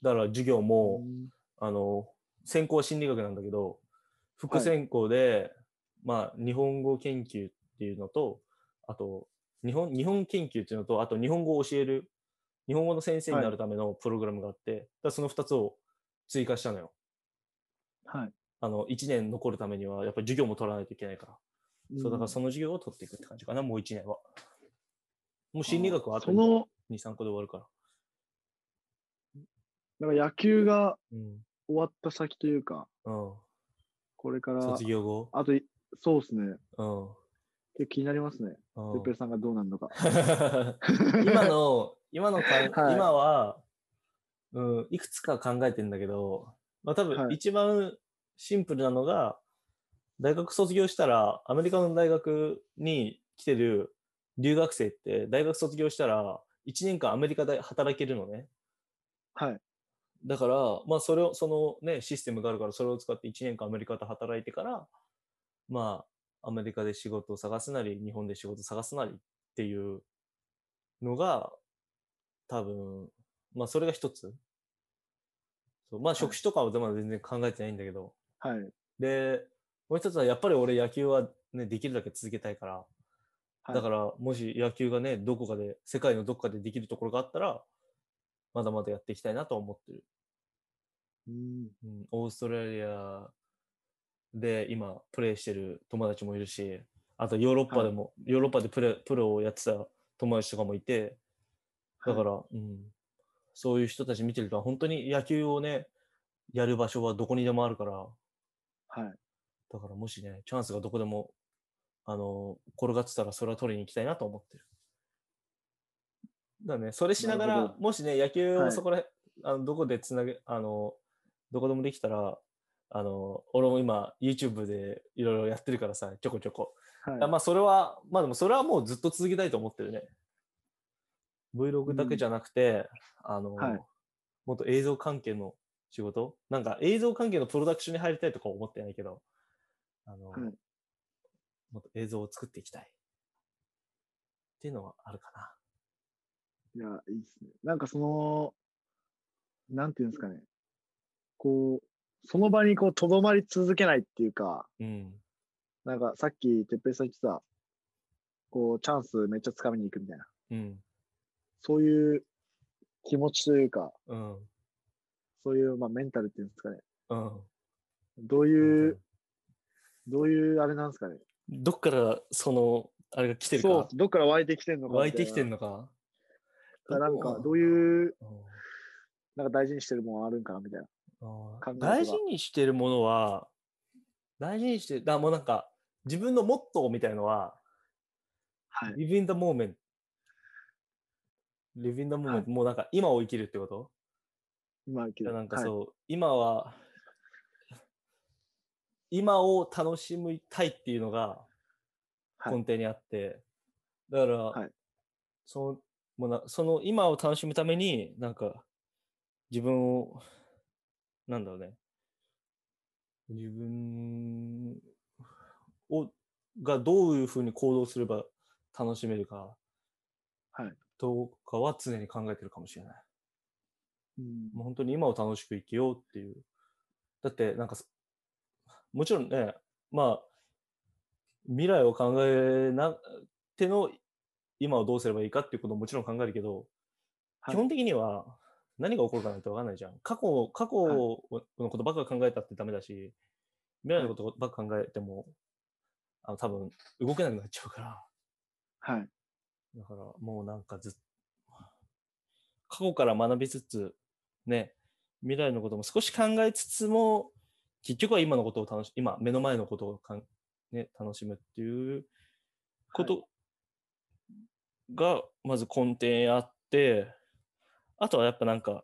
う。だから授業も、
うーん
あの、専攻は心理学なんだけど、副
はい
専攻で、まあ、日本語研究っていうのと、あと、日本、日本研究っていうのと、あと日本語を教える、日本語の先生に
はい
なるためのプログラムがあって、だからその2つを追加したのよ。
はい。
あの、1年残るためには、やっぱり授業も取らないといけないから。そう、だからその授業を取っていくって感じかな、もう1年は。もう
の
心理学はあと
その、
2、3個で終わるから。
だから野球が
うん。
終わった先というか、
うん。
これから
卒、業後。
あとい、そうですね。
うん。
結構気になりますね。
うん
てっぺいさんがどうなるのか。
今の、今のか、
はい
今は、うん、いくつか考えてんだけど、まあ多
は
分
い
一番シンプルなのが、大学卒業したら、アメリカの大学に来てる留学生って、大学卒業したら、1年間アメリカで働けるのね。
はい。
だから、まあ、それを、そのね、システムがあるから、それを使って1年間アメリカで働いてから、まあ、アメリカで仕事を探すなり、日本で仕事探すなりっていうのが、多分、まあ、それが一つ。そうまあ、職種とかはまだ全然考えてないんだけど。
はい。
で、もう一つは、やっぱり俺野球はね、できるだけ続けたいから、
はい
だから、もし野球がね、どこかで、世界のどこかでできるところがあったら、まだまだやっていきたいなとは思ってる。
うーん。
うん、オーストラリアで今プレーしてる友達もいるし、あとヨーロッパでも、ヨーロッパでプレプロをやってた友達とかもいて、だから、うん、そういう人たち見てると、本当に野球をね、やる場所はどこにでもあるから、
はい。
だからもしね、チャンスがどこでも、あの、転がってたらそれは取りに行きたいなと思ってる。だね、それしなが
なる
ら
ほ、
もしね、野球
は
を
い
そこら、あのどこでつなげ、あの、どこでもできたら、あの、俺も今 YouTube でいろいろやってるからさ、ちょこちょこ。
はい。
まあそれは、まあでもそれはもうずっと続けたいと思ってるね。Vlog だけじゃなくて、あの、
はい
もっと映像関係の仕事なんか映像関係のプロダクションに入りたいとか思ってないけど、あの、
はい
もっと映像を作っていきたい。っていうのはあるかな。
いや、いいですね。なんかその、なんていうんですかね。こう、その場にこう、とどまり続けないっていうか、
うん。
なんかさっき、てっぺいさん言ってた、こう、チャンスめっちゃ掴みに行くみたいな。
うん。
そういう気持ちというか、
うん。
そういう、まあ、メンタルっていうんですかね。
うん。
どういう、どういうあれなんですかね。
どっからその、あれが来てる
そ
か
う、、どっから湧いてきてんのか
湧いてきて
ん
んのか。
なんか、どういう、
うん
なんか大事にしてるもんあるんかなみたいな。
あ
考え
ー
れば
大事にしてるものは、大事にして、だもうなんか、自分のモットーみたいのは、
はい。
live in the moment。live in the moment、
はい
もうなんか、今を生きるってこと
今受
い
け
や
る。
なんか
はい
そう、今は、今を楽しみたいっていうのが
はい
根底にあって、だから、
はい
そのもうなその今を楽しむために、なんか、自分を、なんだろうね、自分を、がどういうふうに行動すれば楽しめるか、
はい
とかは常に考えてるかもしれない。
うん
もう本当に今を楽しく生きようっていう。だって、なんかそ、もちろんね、まあ、未来を考えなての今をどうすればいいかっていうことももちろん考えるけど、
はい
基本的には何が起こるかなんてわかんないじゃん。過去を、過去
はい
をのことばっか考えたってダメだし、未来のことばっか考えても、あの多分動けなくなっちゃうから。
はい。
だからもうなんかずっ過去から学びつつ、ね、未来のことも少し考えつつも、結局は今のことを楽し、今、目の前のことをかん、ね、楽しむっていうことが、まず根底にあって、あとはやっぱなんか、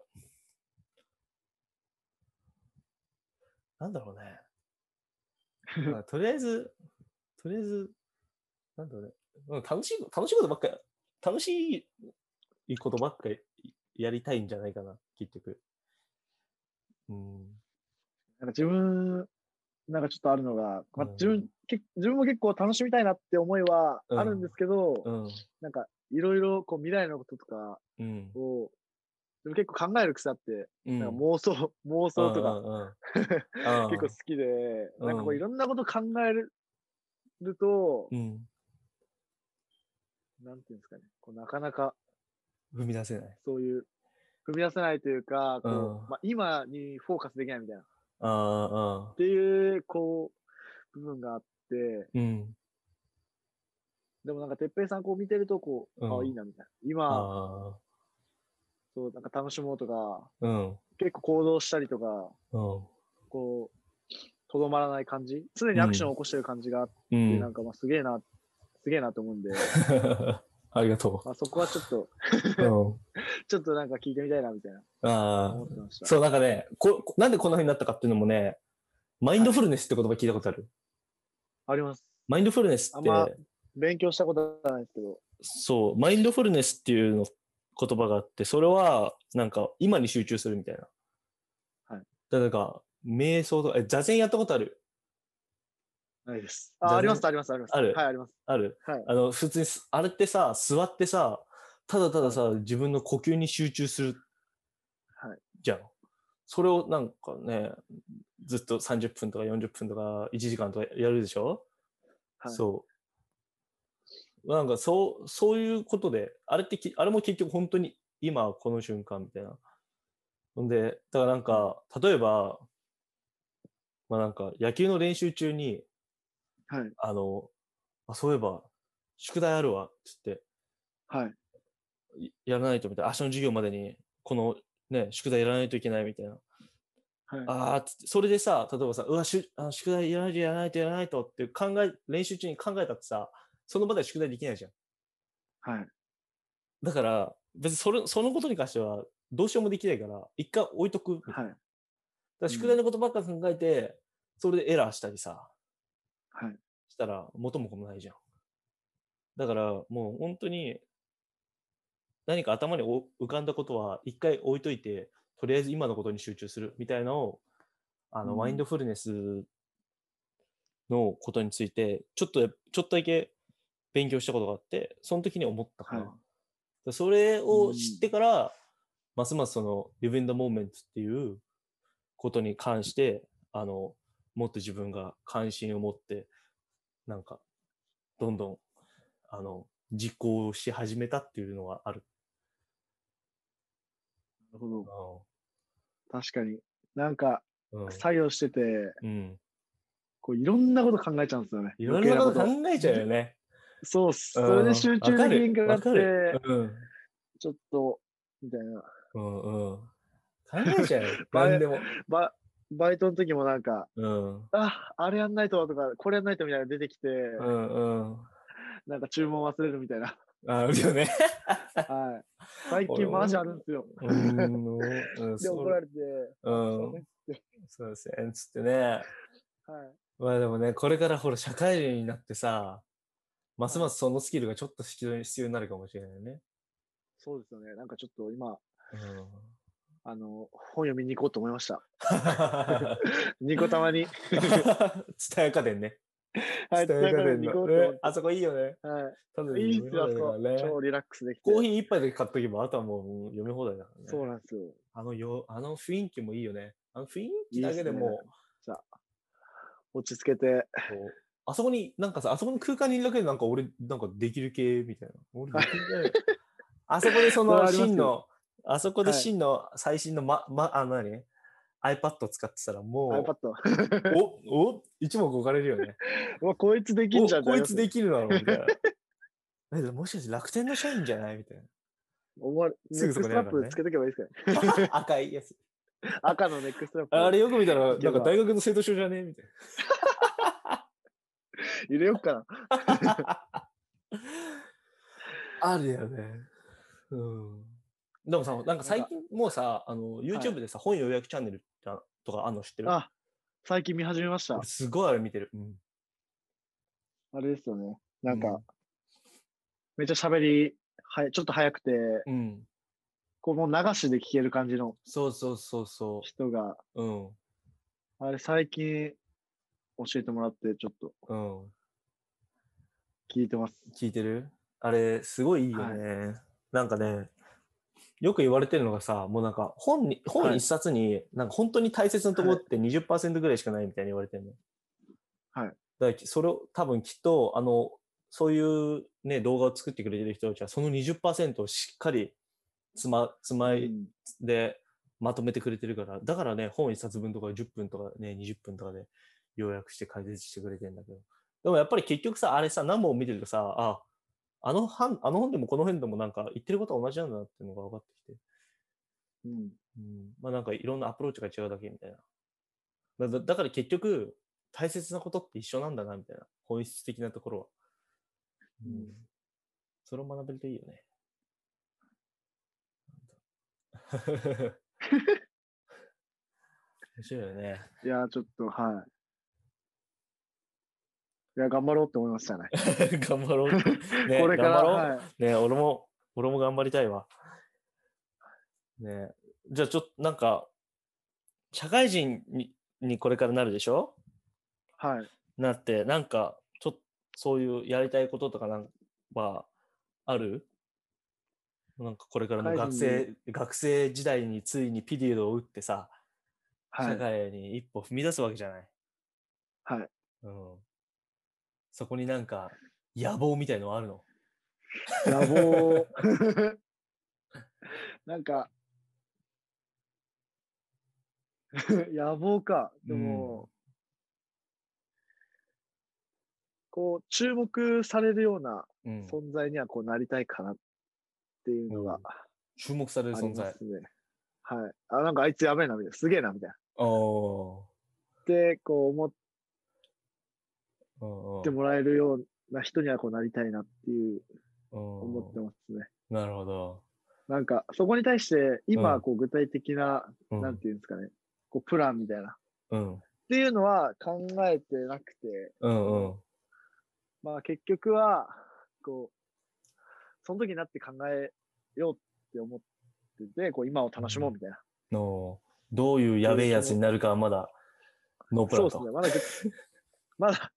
なんだろうね。まあとりあえず、とりあえず、なんだろうね。うん楽しい、楽しいことばっかり、楽しいことばっかりやりたいんじゃないかな、結局。うん。
なんか自分、なんかちょっとあるのが、まあ
うん
自分、け自分も結構楽しみたいなって思いはあるんですけど、
うん。
なんかいろいろこう未来のこととか
うん。
を、でも結構考える癖あって、
うん
なんか妄想、 妄想とか
か
結構好きで、
うん
なんかこういろんなこと考えるると、
うん。
なんていうんですかね、こうなかなか
踏み出せない。
そういう、踏み出せないというか、こう
うん
まあ、今にフォーカスできないみたいな、っ
ああ、ああ。
ていう、こう、部分があって、
うん。
でもなんか、てっぺいさんこう見てると、こう、
うん
あいいな、みたいな。今、
ああ。
そう、なんか楽しもうとか、
うん。
結構行動したりとか、
うん。
こう、とどまらない感じ常にアクションを起こしてる感じがあって、
う
なん
ん。
か、まあ、すげえな、すげえなと 思うんで、
ありがと
まあ、そこはちょっと、
う。うん。
ちょっとなんか聞いてみたいな、みたいな、
ああ
思っ。てました。
そう、なんかね、ここなんでこんな風になったかっていうのもね、マインドフルネスって言葉聞いたことある。
あります。
マインドフルネス
あ
っ
ん
て、
ま勉強したことはないですけど、
そう、マインドフルネスっていうの言葉があって、それは、なんか、今に集中するみたいな。だ
はい。
からなんか、瞑想とか、え、座禅やったことある
ないです。
全
あ、
然
あります、あります、あります。
ある
はい、あります。
ある
はい。
あの、普通にす、あれってさ、座ってさ、ただたださ、自分の呼吸に集中する。
はい。
じゃん。それをなんかね、ずっと30分とか40分とか1時間とかやるでしょ
はい、
そう。なんかそう、そういうことで、あれってき、あれも結局本当に今この瞬間みたいな。ほんで、だからなんか、例えば、まあなんか野球の練習中に、
はい、
あの、あそういえば、宿題あるわ、っつって、
はい、
いやらないとみたいな、明日の授業までに、このね、宿題やらないといけないみたいな。
はい。
あーっつって、それでさ、例えばさ、うわ、しゅあ宿題やらないとやらないとやらないとって考え、練習中に考えたってさ、その場では宿題できないじゃん。
はい。
だから、別にそれ、そのことに関しては、どうしようもできないから、一回置いとくみたいな。だか
はい。
ら宿題のことばっか考えて、それでエラーしたりさ、
はい。
したら元も子もないじゃん。だから、もう本当に、何か頭にお浮かんだことは、一回置いといて、とりあえず今のことに集中するみたいなのを、あの、
うん
マインドフルネスのことについて、ちょっとや、ちょっとだけ勉強したことがあって、その時に思ったから、
はい
だそれを知ってから、ますますその、リベンダモーメントっていうことに関して、あの、もっと自分が関心を持って、なんか、どんどん、あの、実行し始めたっていうのはある。
なるほど。
う
確かに。なんか、
ん。
作業してて、
うん。
こういろんなこと考えちゃうんですよね。
いろんなこと考
余計
えちゃうよね。
そうっす。
うん
それで集中できんくな
わ
っ
かる
て、
うん。
ちょっと、みたいな。
うんうん。考えちゃうよ。
前
何でも。
ババイトの時もなんか、
うん。
あ、あれやんないととか、これやんないとみたいなの出てきて、
うんうん。
なんか注文忘れるみたいな。
あるよね。
はい。最
俺
近
も
マジあるんですよ。
うん。うん
で、
そ
怒ら
う
れて、
うんそうですね。つってね。
はい。
まあでもね、これからほら、社会人になってさ、ますますそのスキルがちょっと必要必要になるかもしれないよね。
そうですよね。なんかちょっと今、
うん
あの、本読みに行こうと思いました。 ニコたまに。
ツタヤ家電ね。
はい、
蔦
伝
屋
え
家
から
電
に
の
行こうと思っ
ねあそこいいよね。
て。は
ただ
い。いいっすよ、あそ
読
こ
み放題だからね
超リラックスできて。
コーヒー一杯だけ買っとけば、あとはもう読み放題だからね。
そうなんですよ。
あのよ、あの雰囲気もいいよね。あの雰囲気だけでも
落ち着けて。
う、こうあそこに、なんかさ、あそこの空間にいるだけで、なんか俺、なんかできる系みたいな。俺できる系だよ あそこでそ
そう
の
ありますよ
真の、あそこで
はい
真の最新の、ま、ま、あの何 ?iPad を使ってたらも
iPad。
う、お、お、一目置かれるよ ね。
うわこいつできんじゃん
おこいつで
き
きるだろうみ たいな。えもしかして楽天の社員じゃないみたい
思われネ
す
ッ
ぐそ
ク
こ
ス
に
ト
あ
ラ
るか
ッ
らね
プつけとけばいいですかね。
な。赤いやつ。
赤のネックストラップ。
あれよく見たら、
い
な
けば
んか大学の生徒証じゃねみたい
入れよっかな。
な。あるよね。うん。でもさ、なんか最近もうさ、あの、YouTube でさ、本予約チャンネルとかあんの知ってる
あ、最近見始めました
俺。すごいあれ見てる。うん。
あれですよね。なんか、
うん
めっちゃ喋り、はい、ちょっと早くて、
うん。
この流しで聞ける感じの
そうそうそうそ
人が、
う。うん。
あれ最近教えてもらって、ちょっと
うん。
聞いてます。
聞いてるあれ、すごいいいよね。なんかね、よく言われてるのがさ、もうなんか本に、
は
本
い
一冊に、なんか本当に大切なところって20%ぐらいしかないみたいに言われてるの。
はい
だからき、それを多分きっと、あの、そういうね、動画を作ってくれてる人たちは、その20%をしっかりつま、つま
う
い
ん
でまとめてくれてるから、だからね、本一冊分とか10分とかね、20分とかで要約して解説してくれてんだけど。でもやっぱり結局さ、あれさ、何本見てるとさ、あ、あの本、あの本でもこの辺でもなんか言ってることは同じなんだなっていうのが分かってきて。
うん
うん、まあなんかいろんなアプローチが違うだけみたいな。だだだから結局、大切なことって一緒なんだな、みたいな。本質的なところは。う
うん
ん。それを学べるといいよ ね。なんだ面白いよね。
いやー、ちょっと、はい。いや、頑張ろうって思いましたね。
頑張ろ うって。ね、
これから、
頑張ろう。
はい。
ね俺も、俺も頑張りたいわ。ねじゃあちょっとなんか、社会人ににこれからなるでしょ
はい。
なって、なんか、ちょっとそういうやりたいこととかなんはあるなんかこれからも
社会
学
人に
生、学生時代についにピリオドを打ってさ、
は
社
い。
会に一歩踏み出すわけじゃない。
はい。
うん。そこになんか野望みたいのはあるの
野 望。なんか、 野望か。でも、こう、注目されるような
うん。
存在にはこうなりたいかなっていうのが
注目される
あ
存
りま
在。
すね。はい。あ、なんかあいつやべえな、みたいな。すげえな、みたいな。
お
って、こう思っ
ーうんうん
てもらえるような人にはこうなりたいなっていう
うん
思ってますね。
なるほど。
なんか、そこに対して、
う
今、
ん
こう、具体的な、
うん
なんていうんですかね、こう、プランみたいな。っ
うん。
ていうのは考えてなくて、
うんうん。
まあ、結局は、こう、その時になって考えようって思ってて、こう、今を楽しもうみたいな。
のどういうやべえやつになるかはまだ、ノープラ
そ
ン
うで
と
す。ね。まだぐ、まだ、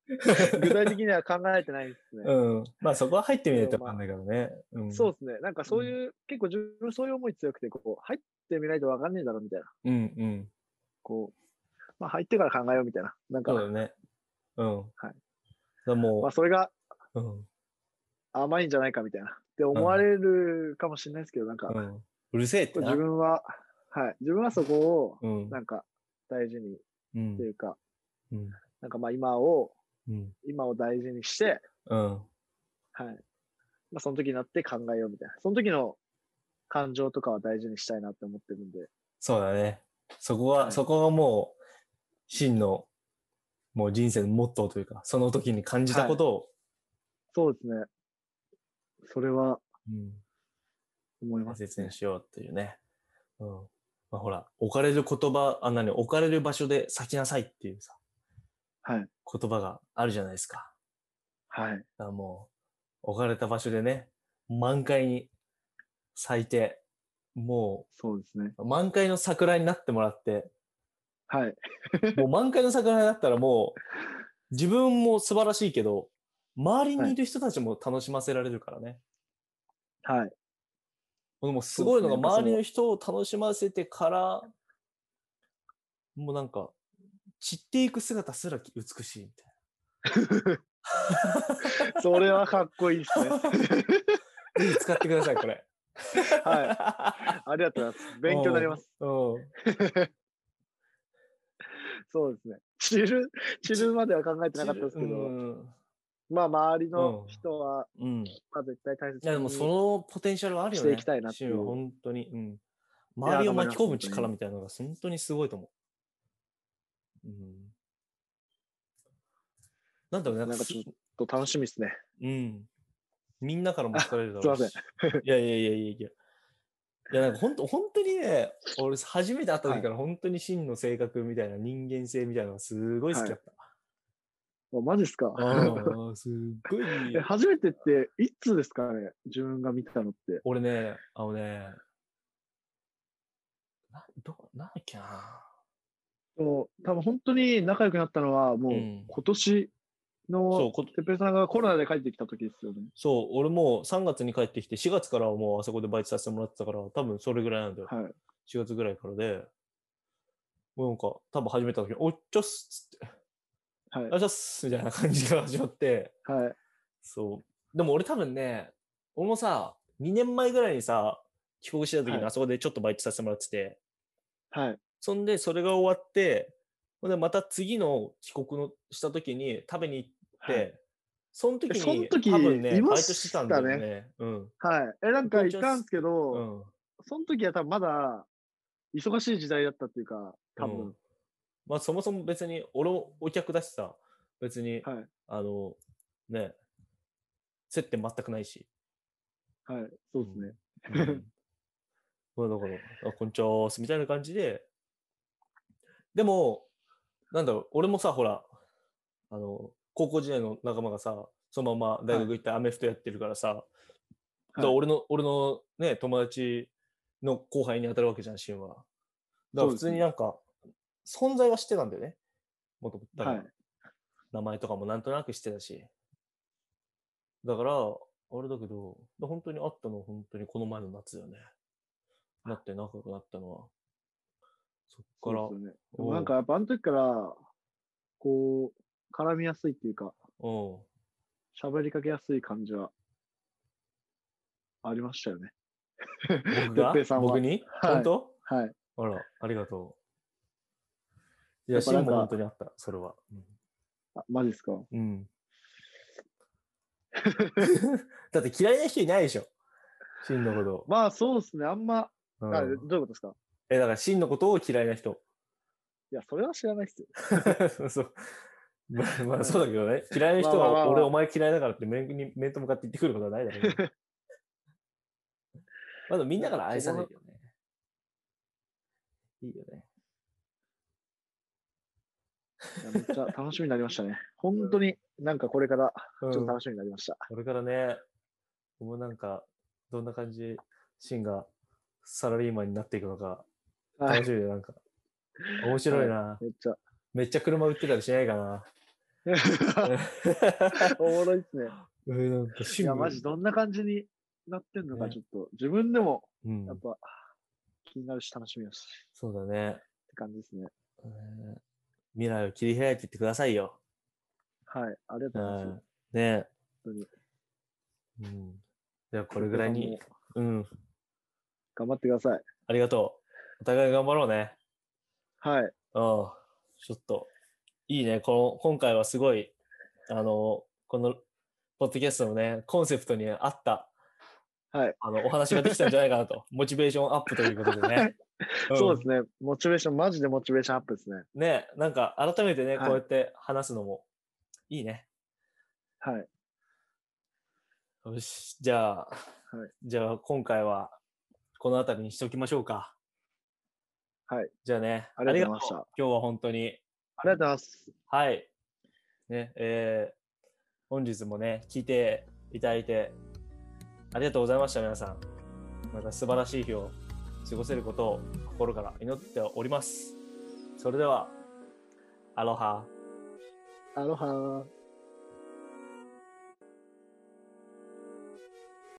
具体的には考えてないですね。
うん。まあそこは入ってみないとわかんないからね。うん。
そうですね。なんかそういう、結構自分そういう思い強くて、こう、入ってみないとわかんねえだろみたいな。
うんうん。
こう、まあ入ってから考えようみたいな。なんか、
そうだね。うん。はいだから
ま
も
あそれが
う、うん。
甘いんじゃないかみたいな。って思われるかもしれないですけど、なんか、
うん。うるせえってな。
自分は、はい、自分はそこを、
うん。
なんか、大事に
うん
というか、
うん。
なんかまあ今を、
うん。
今を大事にして、
うん。
はい。まあその時になって考えようみたいな。その時の感情とかは大事にしたいなって思ってるんで。
そうだね。そこは、
はい
そこがもう、真の、もう人生のモットーというか、その時に感じたことを、
そうですね。それは
うん、
思いま
大
す。
切にしようっていうね。うん。まあ、ほら、置かれる言葉、あ、何、置かれる場所で咲きなさいっていうさ、
はい。
言葉があるじゃないですか。
は
だ
い。
からもう、置かれた場所でね、満開に咲いて、も
そうですね。
う、満開の桜になってもらって、
はい。
もう満開の桜になったらもう、自分も素晴らしいけど、周りにいる人たちも楽しませられるからね。
はい。
もうすごいのが
そうですね
周りの人を楽しませてから、もうなんか、散っていく姿すら美しいみたい
それはかっこいいです ね。
な。ぜひ使ってください、これ。
はい。ありがとうございます。勉強になります。
うん。
そうですね。散る、散るまでは考えてなかったですけ
う
ど、
ん。
まあ周りの
うん
人は、
うん。い
まあ絶対大切に。
や、でもそのポテンシャルはあるよね。
していきたいなっていう
シーンは本当に。うん。周りを巻き込む力みたいなのが本当にすごいと思う。うん。なんだろうね、なん
なん
か
か
す
ちょっと楽しみですね。
うん。みんなからも好かれるだろうし。
すい
いやいやいやいやいや。いや、なんか本当、本当にね、俺初めて会った時から本当に真の性格みたいな人間性みたいなのがすごい好きだった。
あマジですか。
ああ、すっごい。
え初めてって、いつですかね自分が見たのって。
俺ね、あのね、な、ど、なんだっけな。
でも多分本当に仲良くなったのは、もう
うん
今年
そ
の
う、こ
てっぺいさんがコロナで帰ってきた時ですよね。
そう、俺もう3月に帰ってきて、4月からはもうあそこでバイトさせてもらってたから、多分それぐらいなんだよ。
はい。
4月ぐらいからで、もうなんか、多分始めた時、おっちょっすっつって、
はい。
おっちょっすみたいな感じから始まって、
はい。
そう。でも俺多分ね、俺もさ、2年前ぐらいにさ、帰国してた時
は
に
い
あそこでちょっとバイトさせてもらってて、
はい。
そんでそれが終わって、ほんでまた次の帰国のした時に食べに行って、
はい
その時
そ
に
の時
多分ね、
い
バ
ま
イト
し
してた
た
ん
ね
だよね。うん。
はい。え、なんか
こん
い
にちは
たんですけど、
うん。
その時は多分まだ忙しい時代だったっていうか、多
う
分
ん。まあそもそも別に、俺もお客だしさ、別に、
はい。
あの、ね、接点全くないし。
はい。そうですね。
うんまあだから、あ、こんにちはーす、みたいな感じで、でも、なんだろう、俺もさ、ほら、あの、高校時代の仲間がさ、そのまま大学行ってアメフトやってるからさ、だから俺の、俺のね、友達の後輩に当たるわけじゃん、シンは。だから普
そうです
通
ね
になんか、存在は知ってたんだよね。もともと、だから
はい。
名前とかもなんとなく知ってたし。だから、あれだけど、本当に会ったのは本当にこの前の夏だよね。なって仲良くなったのは。そっから、
そううですよね。で
おう
もなんかやっぱあの時から、こう、絡みやすいっていうか、
ん。
喋りかけやすい感じは、ありましたよね。
僕が
哲平さんは
僕に、
はい
本当
はい。
あら、ありがとう。いや、
やっぱ
シ
なん
ン
か
も本当にあった、それは。
あマジですか
うん。 うん、 だって嫌いな人いないでしょ。シンのこと。
まあそうですね。あんま、
うん
あどういうことですか
え、だからシンのことを嫌いな人。
いや、それは知らないっすよ。
そう。まあ、まあ、そうだけどね。嫌いな人
まあまあま
は、
あ
俺、お前嫌いだからって面に、面と向かって言ってくることはないだろうね。 まだみんなから愛されるよね。いいよね。
いやめっちゃ楽しみになり ましたね。本当になんかこれから
う
ちょっと
ん、
楽しみになりました。
これからね、もうなんか、どんな感じ、シンがサラリーマンになっていくのか、
は
楽
い。
しみで、なんか。面白いな。
めっちゃ。
めっちゃ車売ってたりしないか な。
おもろいっすね。
うんなんかシ
い
ン
や、マジどんな感じになってんのか、
ね
ちょっと、自分でも
うん
やっ、ぱ気になるし楽しみだし、っ
そうだね。
て感じですね。
えー未来を切り開いていってくださいよ。
はい。ありがと
う
うございます。
ん、ね
当に
うん。じゃあこれぐらいに。
皆さんも
うん。
頑張ってください。
ありがとう。お互い頑張ろうね。
はい。
うん。ちょっと、いいね。この、今回はすごい、あの、この、ポッドキャストのね、コンセプトに合った、
はい。
あの、お話ができたんじゃないかなと。 モチベーションアップということで
は
ね
い。 そうですね。モチベーション、マジでモチベーションアップですね。
ね。ね、なんか改めてね、
は
こ
いう
やって話すのもいいね。
はい。
よし、じゃあ、じゃあ今回はこの辺りにしておきましょうか。
はい。
じゃあね、
ありがとうございました
ありがとう今日は本当に、
ありがとうございます。
はい。ね、えー、本日もね、聞いていただいて、ありがとうございました、皆さん。また素晴らしい日を過ごせることを心から祈っております。それでは、アロハ。
アロハー。